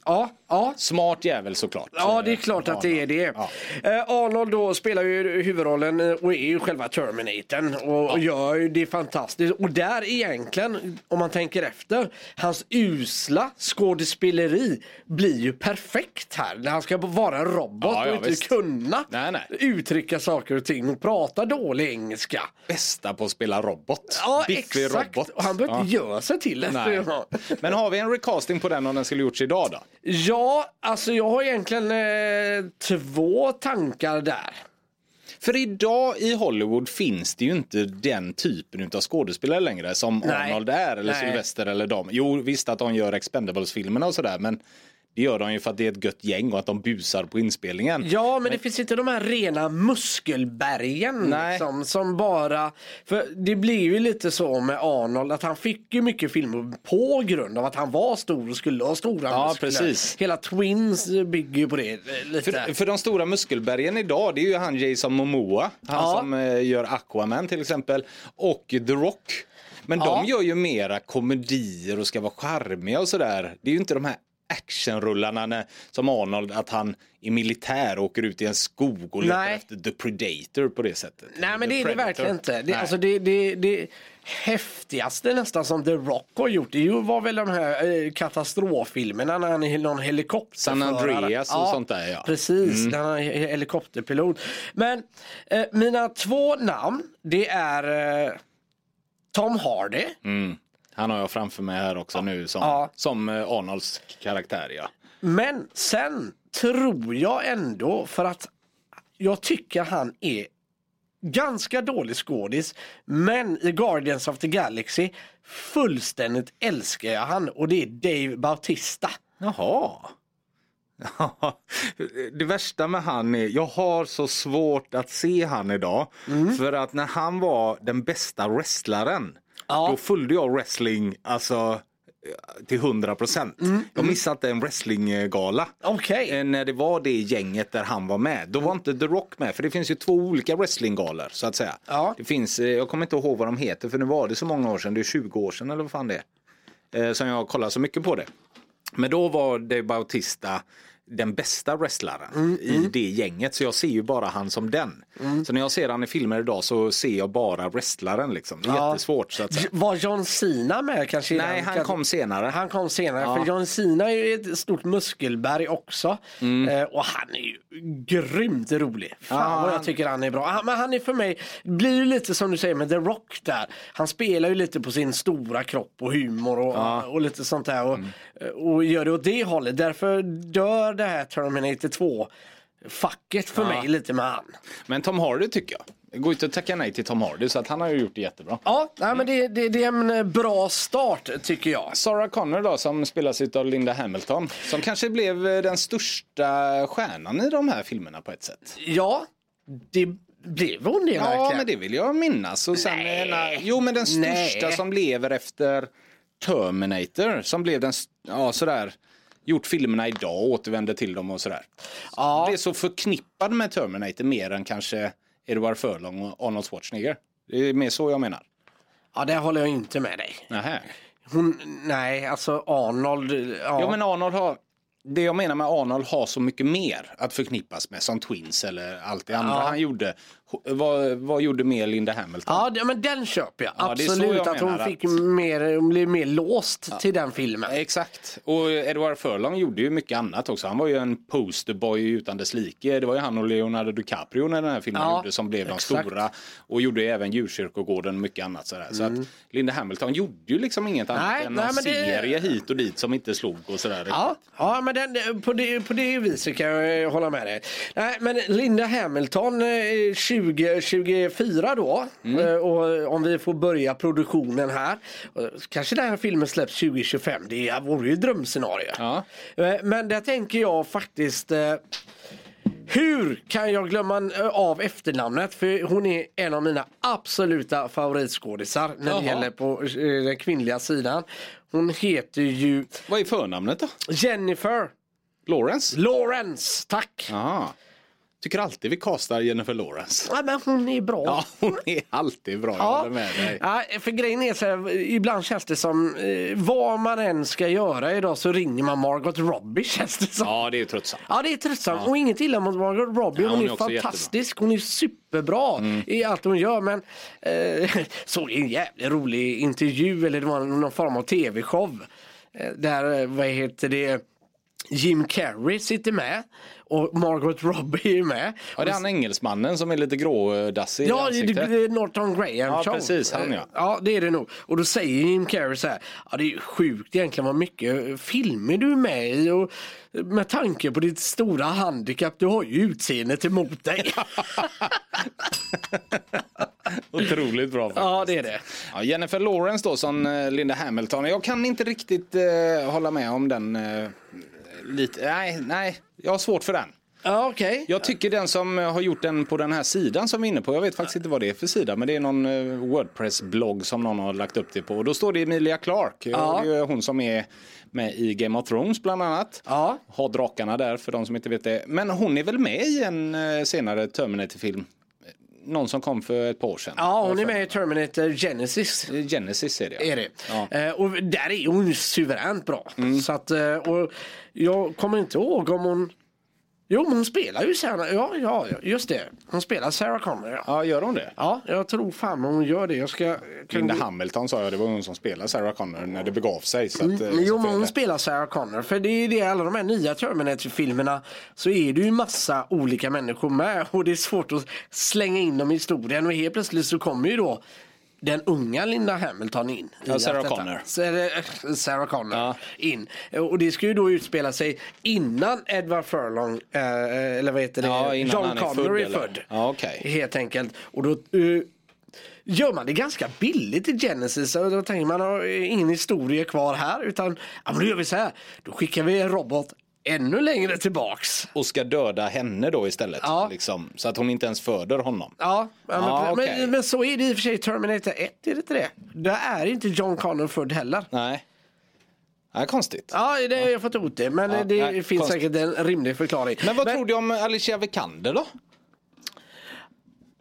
B: ja, ja.
A: Smart jävel såklart.
B: Ja, det är klart att det är det.
A: Ja.
B: Eh, Arnold då spelar ju huvudrollen eh, och är ju själva Terminatorn och, och gör ju det fantastiskt. Och där egentligen, om man tänker efter, hans usla skådespeleri blir ju perfekt här. När han ska vara en robot
A: Ja, ja,
B: och inte
A: visst.
B: kunna
A: Nej, nej.
B: uttrycka saker och ting och prata dålig engelska.
A: Bästa på att spela robot.
B: Ja,
A: Biffig
B: exakt.
A: robot.
B: Och han behöver inte göra sig till
A: Nej.
B: det.
A: Men har vi en recasting på den om den skulle gjorts idag då?
B: Ja, alltså jag har egentligen eh, två tankar där.
A: För idag i Hollywood finns det ju inte den typen av skådespelare längre som
B: Nej.
A: Arnold är eller
B: Nej.
A: Sylvester eller dem. Jo visst att de gör Expendables-filmerna och sådär men det gör de ju för att det är ett gött gäng och att de busar på inspelningen.
B: Ja, men, det finns inte de här rena muskelbergen
A: Nej.
B: liksom, som bara... För det blir ju lite så med Arnold att han fick ju mycket filmer på grund av att han var stor och skulle ha stora
A: Ja,
B: muskler.
A: precis.
B: Hela Twins bygger ju på det eh, lite.
A: För, för de stora muskelbergen idag det är ju han Jason Momoa, han
B: Ja.
A: som eh, gör Aquaman till exempel, och The Rock. Men
B: Ja.
A: de gör ju mera komedier och ska vara charmiga och sådär. Det är ju inte de här actionrullarna när, som Arnold, att han är militär och åker ut i en skog och letar
B: Nej.
A: efter The Predator på det sättet.
B: Nej men
A: The
B: det är det
A: Predator.
B: verkligen inte. Det,
A: Nej.
B: alltså, det, det, det häftigaste nästan som The Rock har gjort det ju var väl de här eh, katastroffilmerna när han är någon helikopter.
A: San Andreas och sånt Mm. där, ja.
B: Precis, när han är helikopterpilot. Men eh, mina två namn det är eh, Tom Hardy.
A: Han har jag framför mig här också nu som,
B: Ja.
A: som eh, Arnolds karaktär ja.
B: Men sen tror jag ändå för att jag tycker han är ganska dålig skådis. Men i Guardians of the Galaxy fullständigt älskar jag han och det är Dave Bautista.
A: Jaha. [laughs] Ja, Det värsta med han är, jag har så svårt att se han idag.
B: Mm.
A: För att när han var den bästa wrestlaren,
B: Ja.
A: då följde jag wrestling, alltså till 100 procent. Jag missade en wrestlinggala.
B: Mm, Okej.
A: Eh, När det var det gänget där han var med. Då var inte The Rock med för det finns ju två olika wrestlinggalor så att säga.
B: Ja.
A: Det finns, eh, jag kommer inte ihåg vad de heter för nu var det så många år sedan, det är 20 år sedan eller vad fan det är. eh, Som jag kollar så mycket på det. Men då var Dave Bautista den bästa wrestlaren
B: Mm,
A: i det gänget så jag ser ju bara han som den. Så när jag ser han i filmer idag så ser jag bara wrestlaren liksom. Det är
B: Ja.
A: jättesvårt. Så att säga.
B: J- Var John Cena med kanske? i
A: Nej,
B: den?
A: han
B: Kanske-
A: kom senare.
B: Han kom senare,
A: Ja.
B: för John Cena är ju ett stort muskelberg också. Eh, och han är ju grymt rolig. Fan
A: Mm. Ja,
B: vad jag
A: han-
B: tycker han är bra. Han, men han är för mig, blir ju lite som du säger med The Rock där. Han spelar ju lite på sin stora kropp och humor och, och lite sånt där. Och,
A: Mm.
B: och gör det åt det hållet. Därför dör det här Terminator 2 facket för mig lite med han.
A: Men Tom Hardy tycker jag. Det går inte att tacka nej till Tom Hardy så att han har ju gjort det jättebra.
B: Ja, nej, men det, det, det är en eh, bra start tycker jag.
A: Sarah Connor då som spelas av Linda Hamilton. Som kanske blev eh, den största stjärnan i de här filmerna på ett sätt.
B: Ja, det blev hon det
A: Ja
B: verkligen?
A: men det vill jag minnas. Och sen nej. jo men den största
B: Nej.
A: som lever efter Terminator som blev den, st- ja sådär, gjort filmerna idag och återvänder till dem och sådär.
B: ja.
A: Det är så förknippad med Terminator mer än kanske Edward Furlong och Arnold Schwarzenegger. Det är mer så jag menar.
B: ja, det håller jag inte med dig.
A: Nähä.
B: Hon, nej, alltså Arnold. Ja.
A: Ja men Arnold har, det jag menar med Arnold har så mycket mer att förknippas med som Twins eller allt det andra han gjorde. H- Vad, vad gjorde mer Linda Hamilton?
B: Ja, det- men den köper jag.
A: Ja, det är så
B: Absolut,
A: jag
B: att hon
A: menar
B: fick
A: att-
B: mer, hon blev mer låst till den filmen.
A: Exakt, och Edward Furlong gjorde ju mycket annat också. Han var ju en posterboy utan dess like. Det var ju han och Leonardo DiCaprio när den här filmen
B: Ja,
A: gjordes som blev de
B: exakt.
A: stora. Och gjorde ju även Djurkyrkogården och mycket annat sådär. Så att Linda Hamilton gjorde ju liksom inget annat
B: Mm. Nej,
A: än
B: nej,
A: någon
B: men det-
A: serie hit och dit som inte slog och sådär.
B: Ja, ja men den, på, det, på det viset kan jag eh, hålla med dig. Nej, men Linda Hamilton eh, 2024 då,
A: Mm.
B: eh, och om vi får börja produktionen här. eh, Kanske den här filmen släpps 2025, det vore ju ett drömscenario.
A: Ja.
B: Eh, Men där tänker jag faktiskt eh, hur kan jag glömma eh, av efternamnet? För hon är en av mina absoluta favoritskådisar när
A: Jaha.
B: det gäller på eh, den kvinnliga sidan. Hon heter ju
A: Vad är förnamnet då?
B: Jennifer
A: Lawrence?
B: Lawrence, tack! Ja.
A: Jaha. Tycker alltid vi castar Jennifer Lawrence.
B: men hon är bra.
A: Ja, [laughs] hon är alltid bra. Jag håller med dig.
B: Ja, för grejen är så här, ibland känns det som eh, vad man än ska göra idag så ringer man Margot Robbie [laughs] känns det som.
A: Ja, det är ju tröttsamt.
B: Ja det är tröttsamt och inget illa mot Margot Robbie.
A: Ja,
B: hon,
A: hon
B: är,
A: är också Mm.
B: fantastisk. Hon är superbra i allt hon gör. Men eh, [laughs] såg en jävligt rolig intervju eller det var någon form av tv-show. eh, Där, eh, vad heter det, Jim Carrey sitter med och Margot Robbie är med.
A: Ja, det är han engelsmannen som är lite grådassig i
B: Ja, det
A: ansiktet.
B: det är Norton Graham
A: Ja,
B: Show.
A: precis, han, ja.
B: Eh, Ja, det är det nog. Och då säger Jim Carrey så här, ja det är ju sjukt egentligen vad mycket filmer du är med i och med tanke på ditt stora handikapp, du har ju utseendet
A: [laughs]
B: emot dig.
A: Otroligt bra faktiskt.
B: ja, det är det.
A: Ja, Jennifer Lawrence då som eh, Linda Hamilton. Jag kan inte riktigt eh, hålla med om den. Eh, lite. Nej, nej, jag har svårt för den.
B: Ja, okej.
A: Jag tycker den som eh, har gjort den på den här sidan som vi är inne på, jag vet faktiskt inte vad det är för sida, men det är någon eh, Wordpress-blogg som någon har lagt upp det på. Och då står det Emilia Clark,
B: Ja.
A: ja. det är hon som är med i Game of Thrones bland annat.
B: Ja.
A: Har drakarna där för de som inte vet det. Men hon är väl med i en eh, senare Terminator-film? Eh, Någon som kom för ett par år sedan.
B: Ja, hon är med i Terminator Genesis.
A: Eh, Genesis är det.
B: Är det.
A: Ja. Mm.
B: Eh, och där är hon ju suveränt bra. Så att, eh, och jag kommer inte ihåg om hon... Jo, men hon spelar ju Sarah... Ja, ja, just det. Hon spelar Sarah Connor. Ja.
A: ja, gör hon det?
B: Ja, jag tror fan hon gör det. Jag ska...
A: Linda Hamilton sa jag, det var hon som spelade Sarah Connor när det begav sig. Så att, eh,
B: Mm, Jo,
A: så
B: men
A: fel
B: hon
A: där.
B: spelar Sarah Connor. För det är ju det, alla de här nya Terminator-filmerna så är det ju massa olika människor med och det är svårt att slänga in dem i historien och helt plötsligt så kommer ju då den unga Linda Hamilton in. i
A: Ja,
B: allt
A: Sarah
B: detta.
A: Connor.
B: Så är det, eh, Sarah Connor
A: Ja.
B: in. Och det ska ju då utspela sig innan Edward Furlong, eh, eller vad heter det,
A: Ja, innan
B: Eh, John
A: han är född,
B: Connor är
A: eller?
B: född.
A: Ja, okej.
B: Helt enkelt. Och då eh, gör man det ganska billigt i Genesis. Och då tänker man, har ingen historia kvar här. Utan, ja men då gör vi så här. Då skickar vi en robot ännu längre tillbaks.
A: och ska döda henne då istället.
B: Ja.
A: Liksom, så att hon inte ens föder honom.
B: Ja, ja, men,
A: Ja, okej.
B: men, men så är det i och för sig i Terminator 1, är det inte det? Där är inte John Connor född heller.
A: Nej. Ja, konstigt.
B: Ja, det, jag har fått ihop det. Men
A: Ja,
B: det
A: nej,
B: finns
A: konstigt.
B: säkert en rimlig förklaring.
A: Men vad tror du om Alicia Vikander då?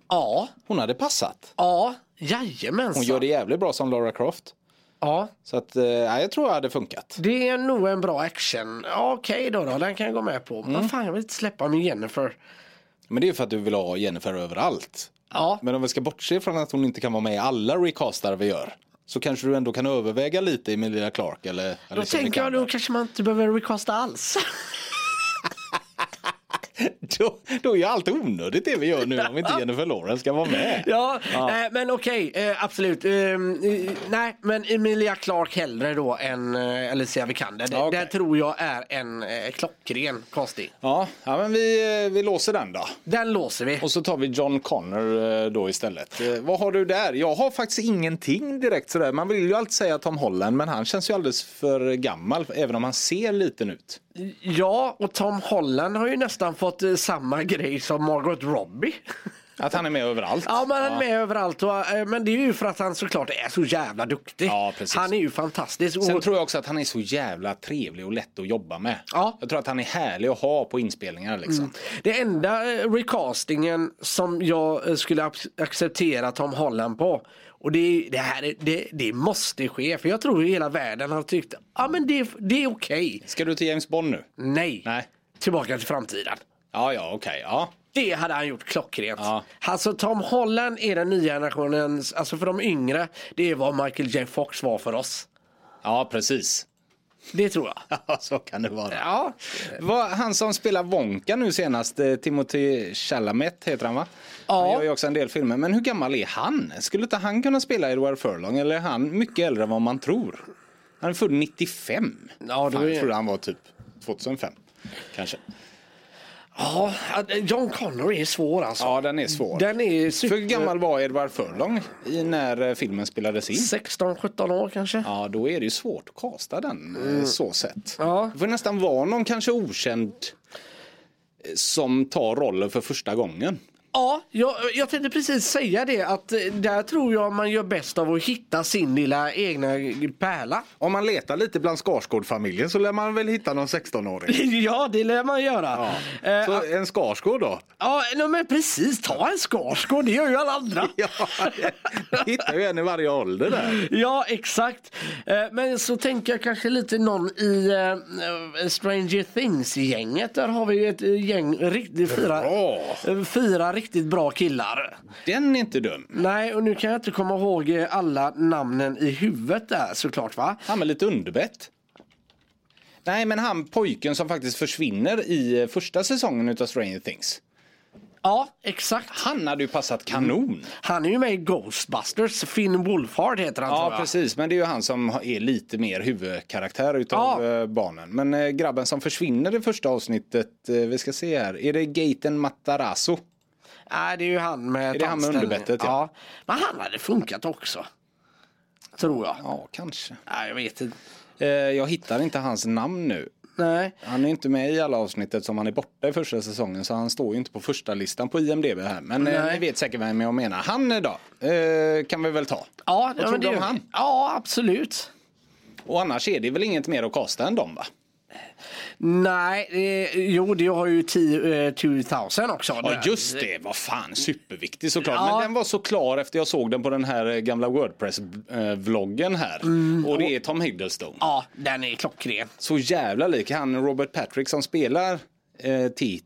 B: Ja,
A: Hon hade passat.
B: ja, jajamensan.
A: Hon gör det jävligt bra som Lara Croft.
B: Ja,
A: Så att, eh, ja, jag tror det hade funkat.
B: det är nog en bra action. Ja, Okej då, då, den kan jag gå med på.
A: Mm.
B: Vad fan, jag vill inte släppa min Jennifer.
A: Men det är ju för att du vill ha Jennifer överallt.
B: Ja,
A: Men om vi ska bortse från att hon inte kan vara med i alla recastar vi gör. Så kanske du ändå kan överväga lite Emilia Clark eller
B: då tänker jag då kanske man inte behöver recasta alls. [laughs]
A: [laughs] Då, då är ju allt onödigt det vi gör nu om inte Jennifer Lawrence ska vara med.
B: Ja, eh, men okej, eh, absolut. Ehm, eh, nej, men Emilia Clark hellre då än eh, Alicia Vikander. Det,
A: Ja, okej.
B: det tror jag är en eh, klockren casting.
A: Ja, ja men vi, eh, vi låser den då.
B: Den låser vi.
A: Och så tar vi John Connor eh, då istället. Eh, Vad har du där? Jag har faktiskt ingenting direkt sådär. Man vill ju alltid säga Tom Holland men han känns ju alldeles för gammal även om han ser liten ut.
B: Ja, och Tom Holland har ju nästan fått eh, samma grej som Margot Robbie. [laughs]
A: Att han är med överallt.
B: Ja, men han är med överallt. Och, eh, men det är ju för att han såklart är så jävla duktig.
A: Ja, precis.
B: Han är ju fantastisk.
A: Sen
B: Och,
A: tror jag också att han är så jävla trevlig och lätt att jobba med.
B: Ja. Mm.
A: Jag tror att han är härlig att ha på inspelningar liksom.
B: det enda eh, recastingen som jag eh, skulle ac- acceptera Tom Holland på och det, är- det, här, är- det, det måste ske för jag tror ju hela världen har tyckt ja men det, det är okej.
A: Ska du till James Bond nu?
B: Nej.
A: Nej.
B: Tillbaka till framtiden.
A: Ja, ja, okej. ja.
B: Det hade han gjort klockrent.
A: Ja.
B: Alltså Tom Holland är den nya generationens, alltså för de yngre, det är vad Michael J Fox var för oss.
A: ja, precis.
B: Det tror jag. [laughs]
A: Ja, så kan det vara.
B: Ja,
A: Vad- han som spelar Wonka nu senast, eh, Timothy Chalamet heter han va?
B: Ja.
A: Han gör ju också en del filmer. Men hur gammal är han? Skulle inte han kunna spela Edward Furlong? Eller är han mycket äldre än vad man tror? Han är född 95.
B: Ja, då
A: Fan,
B: är-
A: Jag trodde han var typ 2005. Kanske.
B: ja eh, John Connor är svår alltså.
A: Ja, den är svår.
B: Den är super...
A: För hur gammal var Edward Furlong i när eh, filmen spelades in?
B: 16-17 år kanske.
A: Ja, då är det ju svårt att kasta den eh, så sett.
B: Ja.
A: Det får nästan vara någon kanske okänd eh, som tar rollen för första gången.
B: Ja, jag, jag tänkte precis säga det att eh, där tror jag man gör bäst av att hitta sin lilla egna pärla.
A: Om man letar lite bland Skarsgård-familjen så lär man väl hitta någon [laughs] Eh, 16-åring.
B: [laughs] ja, det lär man göra. Ja,
A: Så en Skarsgård då? [laughs]
B: ja nej, men precis. Ta en Skarsgård, det gör ju alla [laughs] andra.
A: Ja, hittar ju en i varje ålder där.
B: Ja, exakt. Eh, Men så tänker jag kanske lite någon i eh, Stranger Things-gänget. Där har vi ju ett eh, gäng, riktigt, fyra,
A: Bra.
B: eh, fyra riktigt bra killar.
A: Den är inte dum.
B: Nej, och nu kan jag inte komma ihåg eh, alla namnen i huvudet där såklart va?
A: Han med lite underbett. Nej, men han pojken som faktiskt försvinner i eh, första säsongen utav Stranger Things.
B: Ja, exakt.
A: Han hade ju passat kanon.
B: Han är ju med i Ghostbusters, Finn Wolfhard heter han tror
A: Ja
B: jag.
A: precis, men det är ju han som är lite mer huvudkaraktär utav
B: Ja.
A: eh, barnen. Men eh, grabben som försvinner i första avsnittet, eh, vi ska se här, är det Gaten Matarazzo?
B: Nej, det är ju han med
A: Är det han med
B: tandställning.
A: underbettet, ja?
B: ja. Men han hade funkat också. Tror jag.
A: Ja, kanske.
B: Nej, jag vet inte.
A: Eh, Jag hittar inte hans namn nu.
B: Nej.
A: Han är inte med i alla avsnittet som han är borta i första säsongen så han står ju inte på första listan på IMDB här. Men eh,
B: Nej.
A: ni vet säkert vem jag menar. Han eh, då, eh, kan vi väl ta.
B: Ja,
A: Vad tror du om
B: gör vi.
A: han?
B: Ja, absolut.
A: Och annars är det väl inget mer att kasta än dem va?
B: Nej, eh, jo det har ju 10, eh, 2000 också.
A: Ja just det, vad fan superviktig såklart.
B: Ja.
A: Men den var så klar efter jag såg den på den här eh, gamla Wordpress-vloggen här.
B: Mm.
A: Och det är Tom Hiddleston.
B: Ja, den är klockren.
A: Så jävla lik han Robert Patrick som spelar eh, T 1000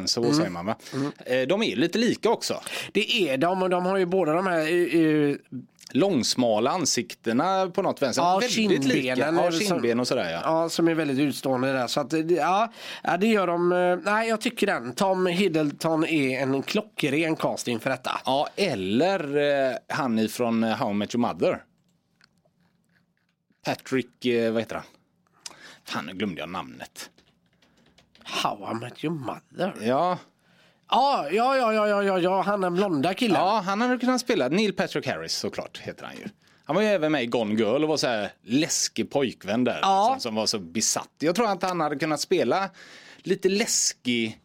B: Mm.
A: så säger man va? Eh, de är lite lika också.
B: Det är de och de har ju båda de här eh, eh,
A: Långsmala ansiktena på något vänster.
B: ja,
A: Väldigt lika.
B: kindbenen.
A: Ja,
B: eller som-
A: kindben och sådär ja.
B: Ja, som är väldigt utstående där. Så att, eh, det- ja, ja, det gör de. eh, Nej, jag tycker den. Tom Hiddleton är en klockren casting för detta.
A: Ja, eller eh, han ifrån eh, How I Met Your Mother. Patrick, eh, vad heter han? Fan, nu glömde jag namnet.
B: How I Met Your Mother.
A: Ja,
B: Ja, ja, ja, ja, ja, ja, ja han den blonda killen.
A: ja han hade kunnat spela. Neil Patrick Harris såklart heter han ju. Han var ju även med i Gone Girl och var så här läskig pojkvän där.
B: Ja.
A: Som, som var så besatt. Jag tror att han hade kunnat spela lite läskig,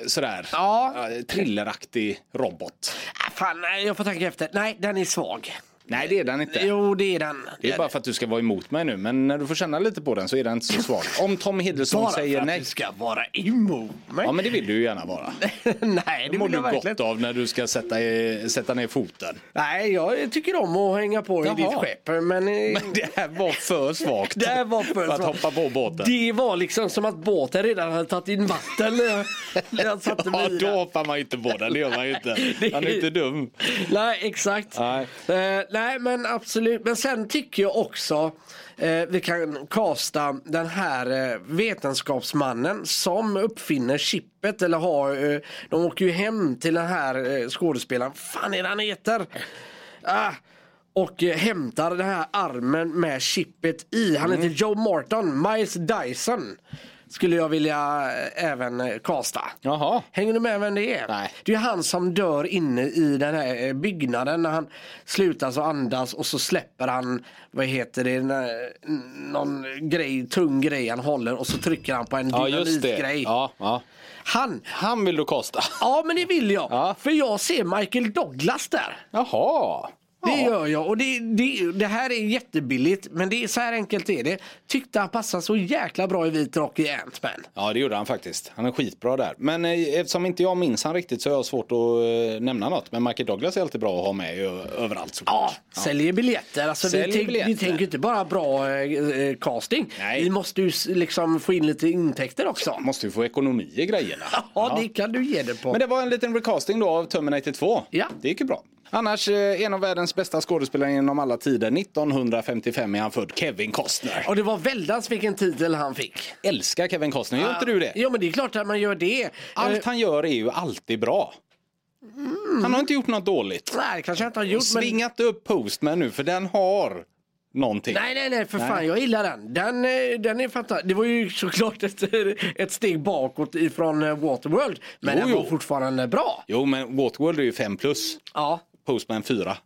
A: eh, sådär,
B: Ja.
A: eh, thrilleraktig robot.
B: Äh, Ah, Fan, nej, jag får tänka efter. Nej, den är svag.
A: Nej, det är den inte.
B: Jo, det är den.
A: Det är bara för att du ska vara emot mig nu, men när du får känna lite på den så är den inte så svag. Om Tom Hiddleston säger nej.
B: ska vara emot mig.
A: Ja, men det vill du ju gärna vara.
B: [laughs] Nej,
A: Det mår du gott av när du ska sätta, eh, sätta ner foten. [laughs]
B: Nej, jag tycker om att hänga på
A: Jaha.
B: i ditt skepp. Men, eh,
A: Men det här var för svagt.
B: det här var för,
A: att
B: svårt.
A: hoppa på båten.
B: Det var liksom som att båten redan hade tagit
A: [laughs]
B: in vatten när jag, när jag satte mig
A: Ja,
B: i
A: då
B: den.
A: hoppar man ju inte på den. Det gör man ju inte.
B: Det-
A: Han är inte dum.
B: [laughs] Nej, exakt.
A: Nej.
B: Eh, nej, men absolut. Men sen tycker jag också eh, vi kan kasta den här eh, vetenskapsmannen som uppfinner chippet. Eller har, eh, de åker ju hem till den här eh, skådespelaren. fan är det han heter? Ah. Och eh, hämtar den här armen med chippet i. Han
A: Mm.
B: heter Joe Martin, Miles Dyson. Skulle jag vilja eh, även eh, kasta.
A: Jaha.
B: Hänger du med vem det är?
A: Nej.
B: Det är han som dör inne i den här eh, byggnaden när han slutar så andas och så släpper han, vad heter det, en, eh, någon grej, tung grej han håller och så trycker han på en
A: Ja, just det.
B: dynamitgrej.
A: Ja, ja.
B: Han,
A: Han vill du kosta.
B: ja men det vill jag.
A: Ja.
B: För jag ser Michael Douglas där.
A: Jaha.
B: Det gör jag och det, det, det här är jättebilligt men det är så här enkelt är det. Tyckte han passade så jäkla bra i vit rock i Ant-Man.
A: Ja, det gjorde han faktiskt. Han är skitbra där. Men eh, eftersom inte jag minns han riktigt så har jag svårt att eh, nämna något. Men Michael Douglas är alltid bra att ha med ju överallt
B: Ja,
A: såklart.
B: säljer biljetter. Alltså,
A: Säljer
B: vi, tänk,
A: biljetter.
B: vi tänker ju inte bara bra eh, eh, casting.
A: Nej.
B: Vi måste ju s- liksom få in lite intäkter också.
A: Måste ju få ekonomi i grejerna.
B: Ja, det kan du ge det på.
A: Men det var en liten recasting då av Terminator 2.
B: Ja.
A: Det gick ju bra. Annars, eh, en av världens bästa skådespelare genom alla tider. 1955 är han född, Kevin Costner.
B: Och det var väldans vilken titel han fick.
A: Älskar Kevin Costner, gör inte du det? Ah.
B: Jo men det är klart att man gör det.
A: Allt han gör är ju alltid bra. Han har inte gjort något dåligt.
B: Nej, kanske jag inte har gjort Mm. men...
A: Svinga inte upp Postman nu för den har någonting.
B: Nej, nej, nej, för fan jag gillar den. Den, eh, den är fantastisk. Det var ju såklart ett, ett steg bakåt ifrån eh, Waterworld. Men
A: Jo,
B: den var
A: jo.
B: fortfarande bra.
A: Jo men Waterworld är ju 5 plus,
B: Ja,
A: Postman 4.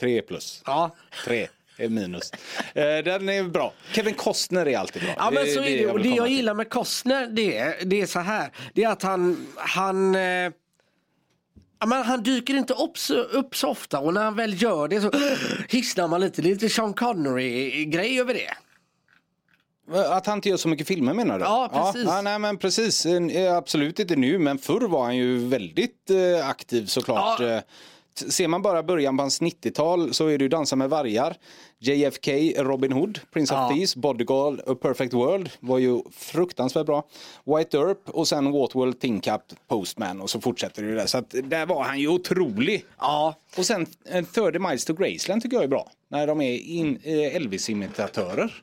A: 3 plus,
B: ja.
A: 3 är minus. Eh, Den är bra. Kevin Costner är alltid bra.
B: Ja men så är det. Och
A: vill
B: det
A: komma
B: jag
A: till.
B: gillar med Costner det är, det är så här. Det är att han, han eh, ja, men han dyker inte upp så, upp så ofta och när han väl gör det så [gasps] hissnar man lite. Det är lite Sean Connery-grej över det.
A: Eh, Att han inte gör så mycket filmer menar du?
B: Ja, precis.
A: Ja, ja, nej, men precis. Eh, Absolut inte nu, men förr var han ju väldigt eh, aktiv såklart.
B: Ja.
A: Eh, t- Ser man bara början på hans 90-tal så är det ju Dansa med vargar, JFK, Robin Hood, Prince
B: Ja.
A: of Thieves, Bodyguard, A Perfect World var ju fruktansvärt bra. White Earp och sen Waterworld, Tin Cup, Postman och så fortsätter det ju där. Så att där var han ju otrolig.
B: Ja,
A: Och sen eh, 30 Miles to Graceland tycker jag är bra. När de är in- eh, Elvis-imitatörer.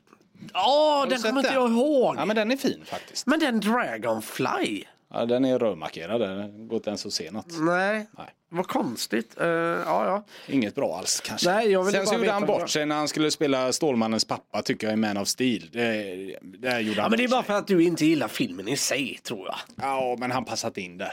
B: ja
A: Har du
B: den
A: sett
B: kommer inte jag ihåg.
A: Ja, men den är fin faktiskt.
B: Men den Dragonfly?
A: Ja, den är rödmarkerad, den går inte ens att se något.
B: Nej.
A: Nej.
B: Vad konstigt. Eh, ja, ja.
A: Inget bra alls kanske.
B: Nej, jag ville
A: Sen
B: bara
A: så gjorde
B: veta
A: han
B: vad det var.
A: bort sig när han skulle spela Stålmannens pappa tycker jag i Man of Steel. Det, där gjorde
B: ja
A: han
B: men det är
A: bort
B: bara
A: sig.
B: för att du inte gillar filmen i sig tror jag.
A: Ja, men han passat in där.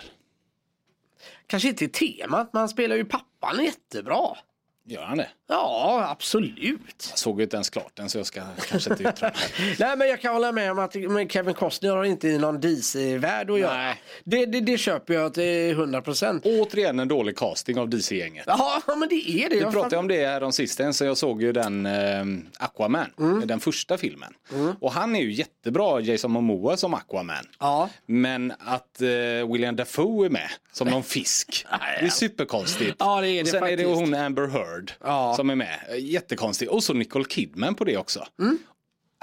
B: Kanske inte i temat men han spelar ju pappan jättebra.
A: Gör han det?
B: Ja, absolut.
A: Jag såg ju inte ens klart den så jag ska kanske inte yttra
B: [laughs]
A: mig.
B: Nej men jag kan hålla med om att men Kevin Costner har inte i någon DC-värld att göra.
A: Nej.
B: Det, det, det köper jag till 100%.
A: Återigen en dålig casting av DC-gänget.
B: Ja men det är det.
A: Vi
B: Jag
A: pratade
B: fan-
A: om det här om sisten, så jag såg ju den eh, Aquaman,
B: Mm.
A: den första filmen. Och han är ju jättebra, Jason Momoa som Aquaman.
B: Ja.
A: Men att eh, William Dafoe är med som någon
B: [laughs]
A: fisk. Det är superkonstigt.
B: Ja, det är det
A: och sen är det
B: faktiskt.
A: hon Amber Heard
B: Ja.
A: som är med. Jättekonstigt. Och så Nicole Kidman på det också.
B: Mm.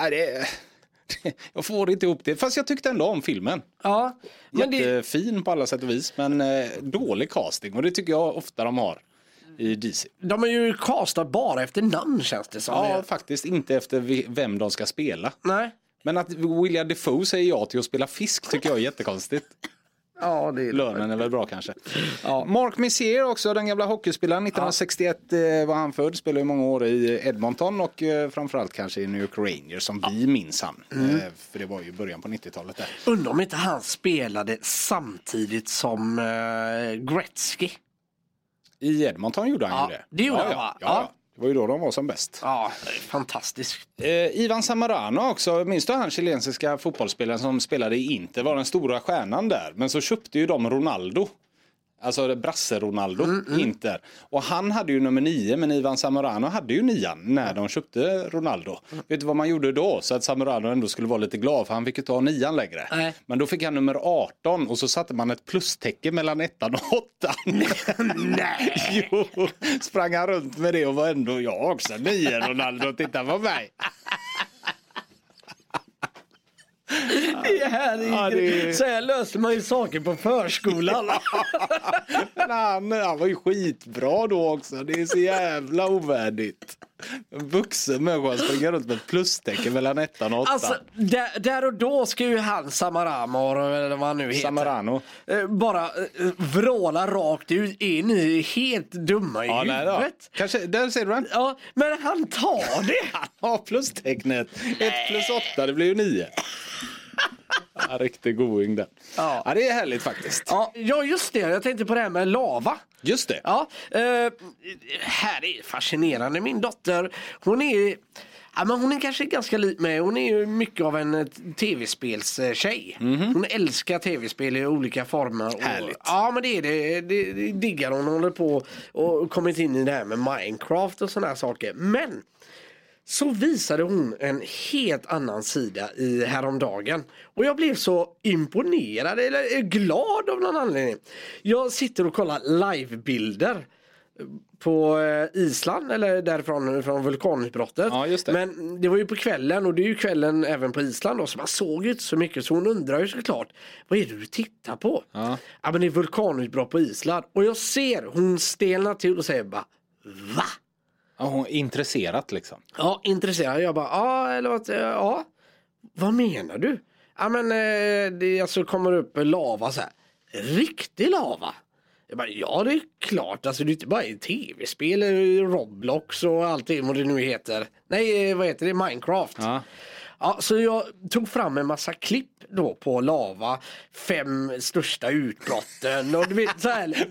A: Nej, det, [laughs] jag får inte ihop det. Fast jag tyckte ändå om filmen.
B: Ja, men det,
A: Jättefin på alla sätt och vis men eh, dålig casting och det tycker jag ofta de har i DC.
B: de är ju castat bara efter namn känns det som.
A: Ja,
B: Det-
A: faktiskt inte efter vi- vem de ska spela.
B: Nej.
A: Men att William Defoe säger ja till att spela fisk tycker jag är jättekonstigt.
B: Ja, det är det.
A: Lönen är väl bra kanske. Mark Messier också, den gamla hockeyspelaren. 1961 eh, var han född, spelade i många år i Edmonton och eh, framförallt kanske i New York Rangers som vi minns han.
B: Mm.
A: Eh, För det var ju början på 90-talet där.
B: Undrar om inte han spelade samtidigt som eh, Gretzky.
A: I Edmonton gjorde han
B: Ja,
A: ju det.
B: det gjorde
A: ja,
B: han,
A: ja,
B: va?
A: ja,
B: Ja.
A: ja. Det var ju då de var som bäst.
B: Ja, fantastiskt.
A: Eh, Ivan Samarano också, minns du han chilensiska fotbollsspelaren som spelade i Inter, var den stora stjärnan där. Men så köpte ju de Ronaldo Alltså Brasse-Ronaldo, Inter. Och han hade ju nummer nio, men Ivan Zamorano hade ju nian när de köpte Ronaldo. Vet du vad man gjorde då? Så att Zamorano ändå skulle vara lite glad, för han fick ju ta nian längre.
B: Nej.
A: Men då fick han nummer 18 och så satte man ett plustecken mellan ettan och åttan. Nej! [laughs] jo, sprang han runt med det och var ändå, jag har också nio Ronaldo, titta på mig.
B: Det här är,
A: Ja, det är-
B: Så här löser man ju saker på förskolan.
A: Men han, han var ju skitbra då också. Det är så jävla ovärdigt. En vuxen människa springer runt med ett plustecken mellan ettan och åttan.
B: [laughs] Alltså, där, där och då ska ju han Samaramor, eller vad han nu heter,
A: Samarano.
B: eh, bara eh, vråla rakt ut in i helt dumma i
A: Ja, nej då.
B: huvudet.
A: Kanske, där ser du den.
B: Ja, men han tar det!
A: Ja, plustecknet. Ett plus åtta, det blir ju nio. Ja, riktig going den.
B: Ja.
A: Ja. det är härligt faktiskt.
B: Ja, ja, just det. Jag tänkte på det här med lava.
A: Just det.
B: Ja, eh, här är fascinerande. Min dotter, hon är Ja, men hon är kanske ganska lik mig. Hon är ju mycket av en eh, tv-spelstjej. Hon älskar tv-spel i olika former. och-
A: Mhm. Härligt.
B: Ja men det är det. Det, det diggar hon. Hon håller på och kommit in i det här med Minecraft och sådana här saker. Men så visade hon en helt annan sida i häromdagen. Och jag blev så imponerad, eller eh, glad av någon anledning. Jag sitter och kollar livebilder på eh, Island, eller därifrån från vulkanutbrottet.
A: Ja, just det.
B: Men det var ju på kvällen och det är ju kvällen även på Island då, så man såg ju inte så mycket. Så hon undrar ju såklart, vad är det du tittar på?
A: Ja.
B: ja men det är vulkanutbrott på Island. Och jag ser, hon stelnar till och säger bara, va?
A: Ja, hon är intresserat liksom.
B: Ja, intresserad. Jag bara, ja, eller vad, ja. Vad menar du? Ja, men eh, det alltså kommer upp lava så här. Riktig lava? Jag bara, ja, det är klart. Alltså, det är inte bara i tv-spel, eh, Roblox och allting vad det nu heter. Nej, eh, vad heter det? Minecraft.
A: Ja.
B: Ja, så jag tog fram en massa klipp då på lava, fem största utbrotten och du vet så här.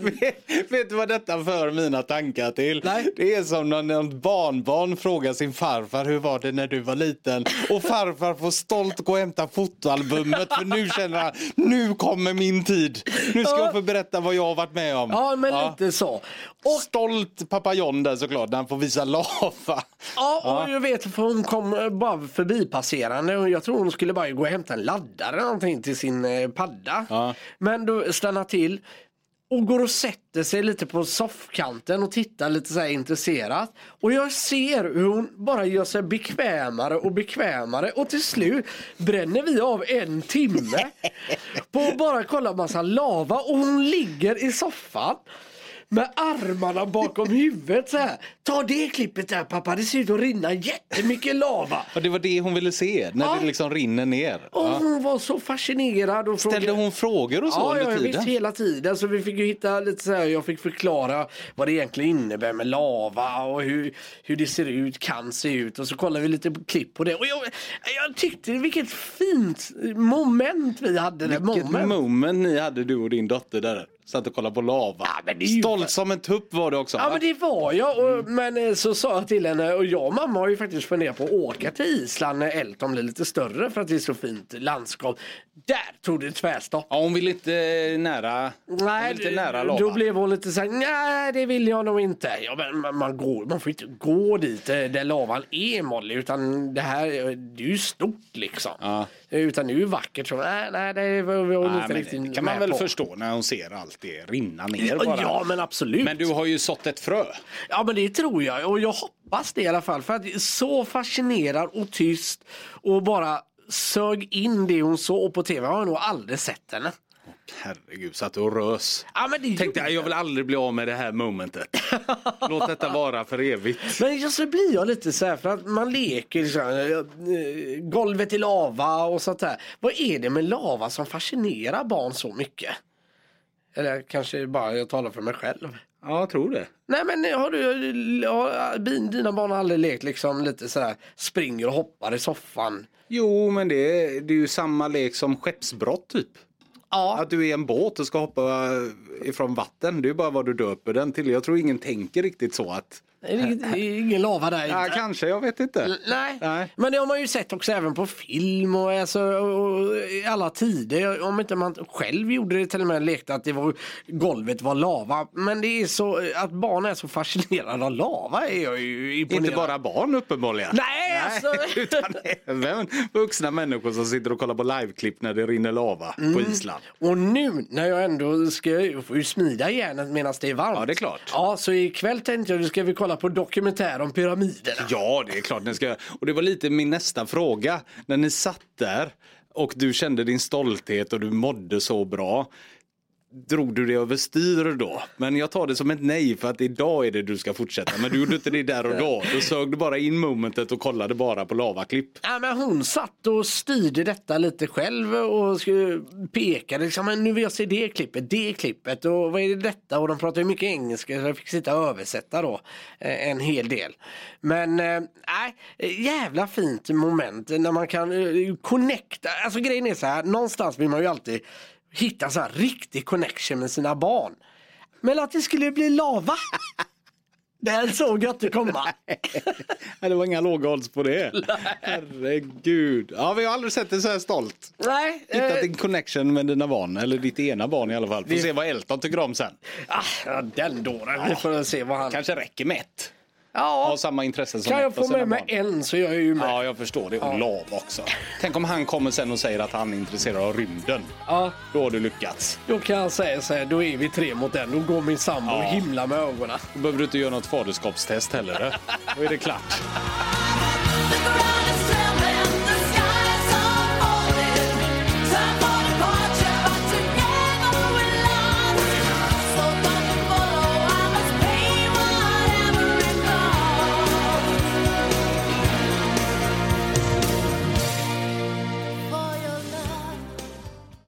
A: Vet du vad detta för mina tankar till?
B: Nej.
A: Det är som när något barnbarn frågar sin farfar hur var det när du var liten och farfar får stolt gå och hämta fotoalbumet för nu känner han nu kommer min tid. Nu ska jag få berätta vad jag har varit med om.
B: Ja, men lite så. Och
A: Stolt pappa John där såklart när han får visa lava.
B: Ja, och jag vet för hon kom eh, bara förbipasserande och jag tror hon skulle bara gå och hämta en laddare eller någonting till sin eh, padda.
A: Ja.
B: Men då stannar till och går och sätter sig lite på soffkanten och tittar lite så här intresserat. Och jag ser hur hon bara gör sig bekvämare och bekvämare och till slut bränner vi av
A: [laughs]
B: en timme på att bara kolla massa lava och hon ligger i soffan med armarna bakom huvudet så här. Ta det klippet där pappa, det ser ut att rinna jättemycket lava.
A: Och det var det hon ville se när
B: Ja.
A: det liksom rinner ner.
B: Och hon var så fascinerad. Och
A: Ställde hon frågor och så
B: Ja, ja
A: under
B: jag visst,
A: tiden?
B: hela tiden. Så vi fick ju hitta lite så här, jag fick förklara vad det egentligen innebär med lava och hur, hur det ser ut, kan se ut. Och så kollade vi lite på klipp på det. Och jag, jag tyckte, vilket fint moment vi hade. där.
A: Vilket moment. ni hade du och din dotter där. Satt och kollade på lava.
B: Ja, men det är ju-
A: Stolt som en tupp var du också.
B: Ja
A: va?
B: men det var jag.
A: Mm.
B: Och, men eh, så sa jag till henne och jag och mamma har ju faktiskt funderat på att åka till Island när Elton blir lite större för att det är så fint landskap. Där tog det tvärstopp.
A: Ja, hon vill inte eh, nära, hon
B: Nej,
A: vill inte nära
B: då
A: lava.
B: blev hon lite såhär, nej det vill jag nog inte. Ja, men man, man, går, man får inte gå dit eh, där lavan är Molly, utan det här eh, det är ju stort liksom.
A: Ja.
B: Eh, Utan det är ju vackert. Så, nej, nej, det var vi
A: Nej,
B: var inte
A: men
B: riktigt
A: det kan man
B: liksom med
A: väl
B: på.
A: förstå när hon ser allt det rinna ner bara.
B: Ja men absolut.
A: Men du har ju sått ett frö.
B: Ja men det tror jag och jag hoppas det i alla fall för att det är så fascinerad och tyst och bara sög in det hon såg på tv. Jag har nog aldrig sett henne.
A: Herregud, satt du och rös.
B: Ja, men det
A: Tänkte jag, jag vill aldrig bli av med det här
B: [laughs]
A: momentet. Låt detta vara för evigt.
B: Men just så blir jag lite så här för att man leker så här, eh, golvet i lava och sånt där. Vad är det med lava som fascinerar barn så mycket? Eller kanske bara jag talar för mig själv.
A: Ja, jag tror det.
B: Nej men har du, har, bin- dina barn har aldrig lekt liksom lite så här springer och hoppar i soffan?
A: Jo, men det är, det är ju samma lek som skeppsbrott typ.
F: Ja.
A: Att du är en båt och ska hoppa eh, ifrån vatten. Det är bara vad du döper den till. Jag tror ingen tänker riktigt så att...
F: Det är Ingen lava där.
A: Ja, kanske, jag vet inte.
F: Nej.
A: Nej.
B: Men det har man ju sett också även på film och, alltså, och i alla tider. Om inte man själv gjorde det till och med lekte att det var, golvet var lava. Men det är så att barn är så fascinerade av lava är jag ju imponerad.
A: Inte bara barn uppenbarligen.
B: Nej,
A: [laughs]
B: alltså.
A: Utan även vuxna människor som sitter och kollar på liveklipp när det rinner lava på
B: Mm.
A: Island.
B: Och nu när jag ändå ska jag får ju smida järnet medan det är varmt.
A: Ja, det är klart.
B: Ja, så ikväll tänkte jag att ska vi kolla på dokumentär om pyramiderna.
A: Ja, det är klart ni ska. Och det var lite min nästa fråga. När ni satt där och du kände din stolthet och du mådde så bra. Drog du det överstyr då? Men jag tar det som ett nej för att idag är det du ska fortsätta. Men du gjorde inte det där och då. Då sög du bara in momentet och kollade bara på lavaklipp.
B: Ja, men hon satt och styrde detta lite själv och skulle- pekade. Liksom, men nu vill jag se det klippet, det klippet och vad är det detta? Och de pratade ju mycket engelska så jag fick sitta och översätta då eh, en hel del. Men eh, nej, jävla fint moment när man kan eh, connecta. Alltså grejen är så här, någonstans vill man ju alltid hitta så här riktig connection med sina barn. Men att det skulle bli lava. [laughs] Den såg jag inte komma.
A: Nej, det var inga låga odds på
B: [laughs]
A: det. Herregud. Ja, vi har aldrig sett dig så här stolt.
B: Nej, eh,
A: Hittat en connection med dina barn, eller ditt ena barn i alla fall. Får se vad Elton tycker om sen.
B: Ah, ja, den dåren. Vi får se vad han...
A: Kanske räcker med ett.
B: Ja,
A: Ha samma intressen som
B: kan jag
A: ett av
B: få
A: sina
B: med mig
A: barn.
B: en så jag är ju med.
A: Ja, jag förstår det. Och lav också. Tänk om han kommer sen och säger att han är intresserad av rymden.
B: Ja,
A: Då har du lyckats.
B: då kan jag säga så här, då är vi tre mot en. Då går min sambo och himlar med ögonen.
A: eh? Då behöver du inte göra något faderskapstest heller. Då är det klart.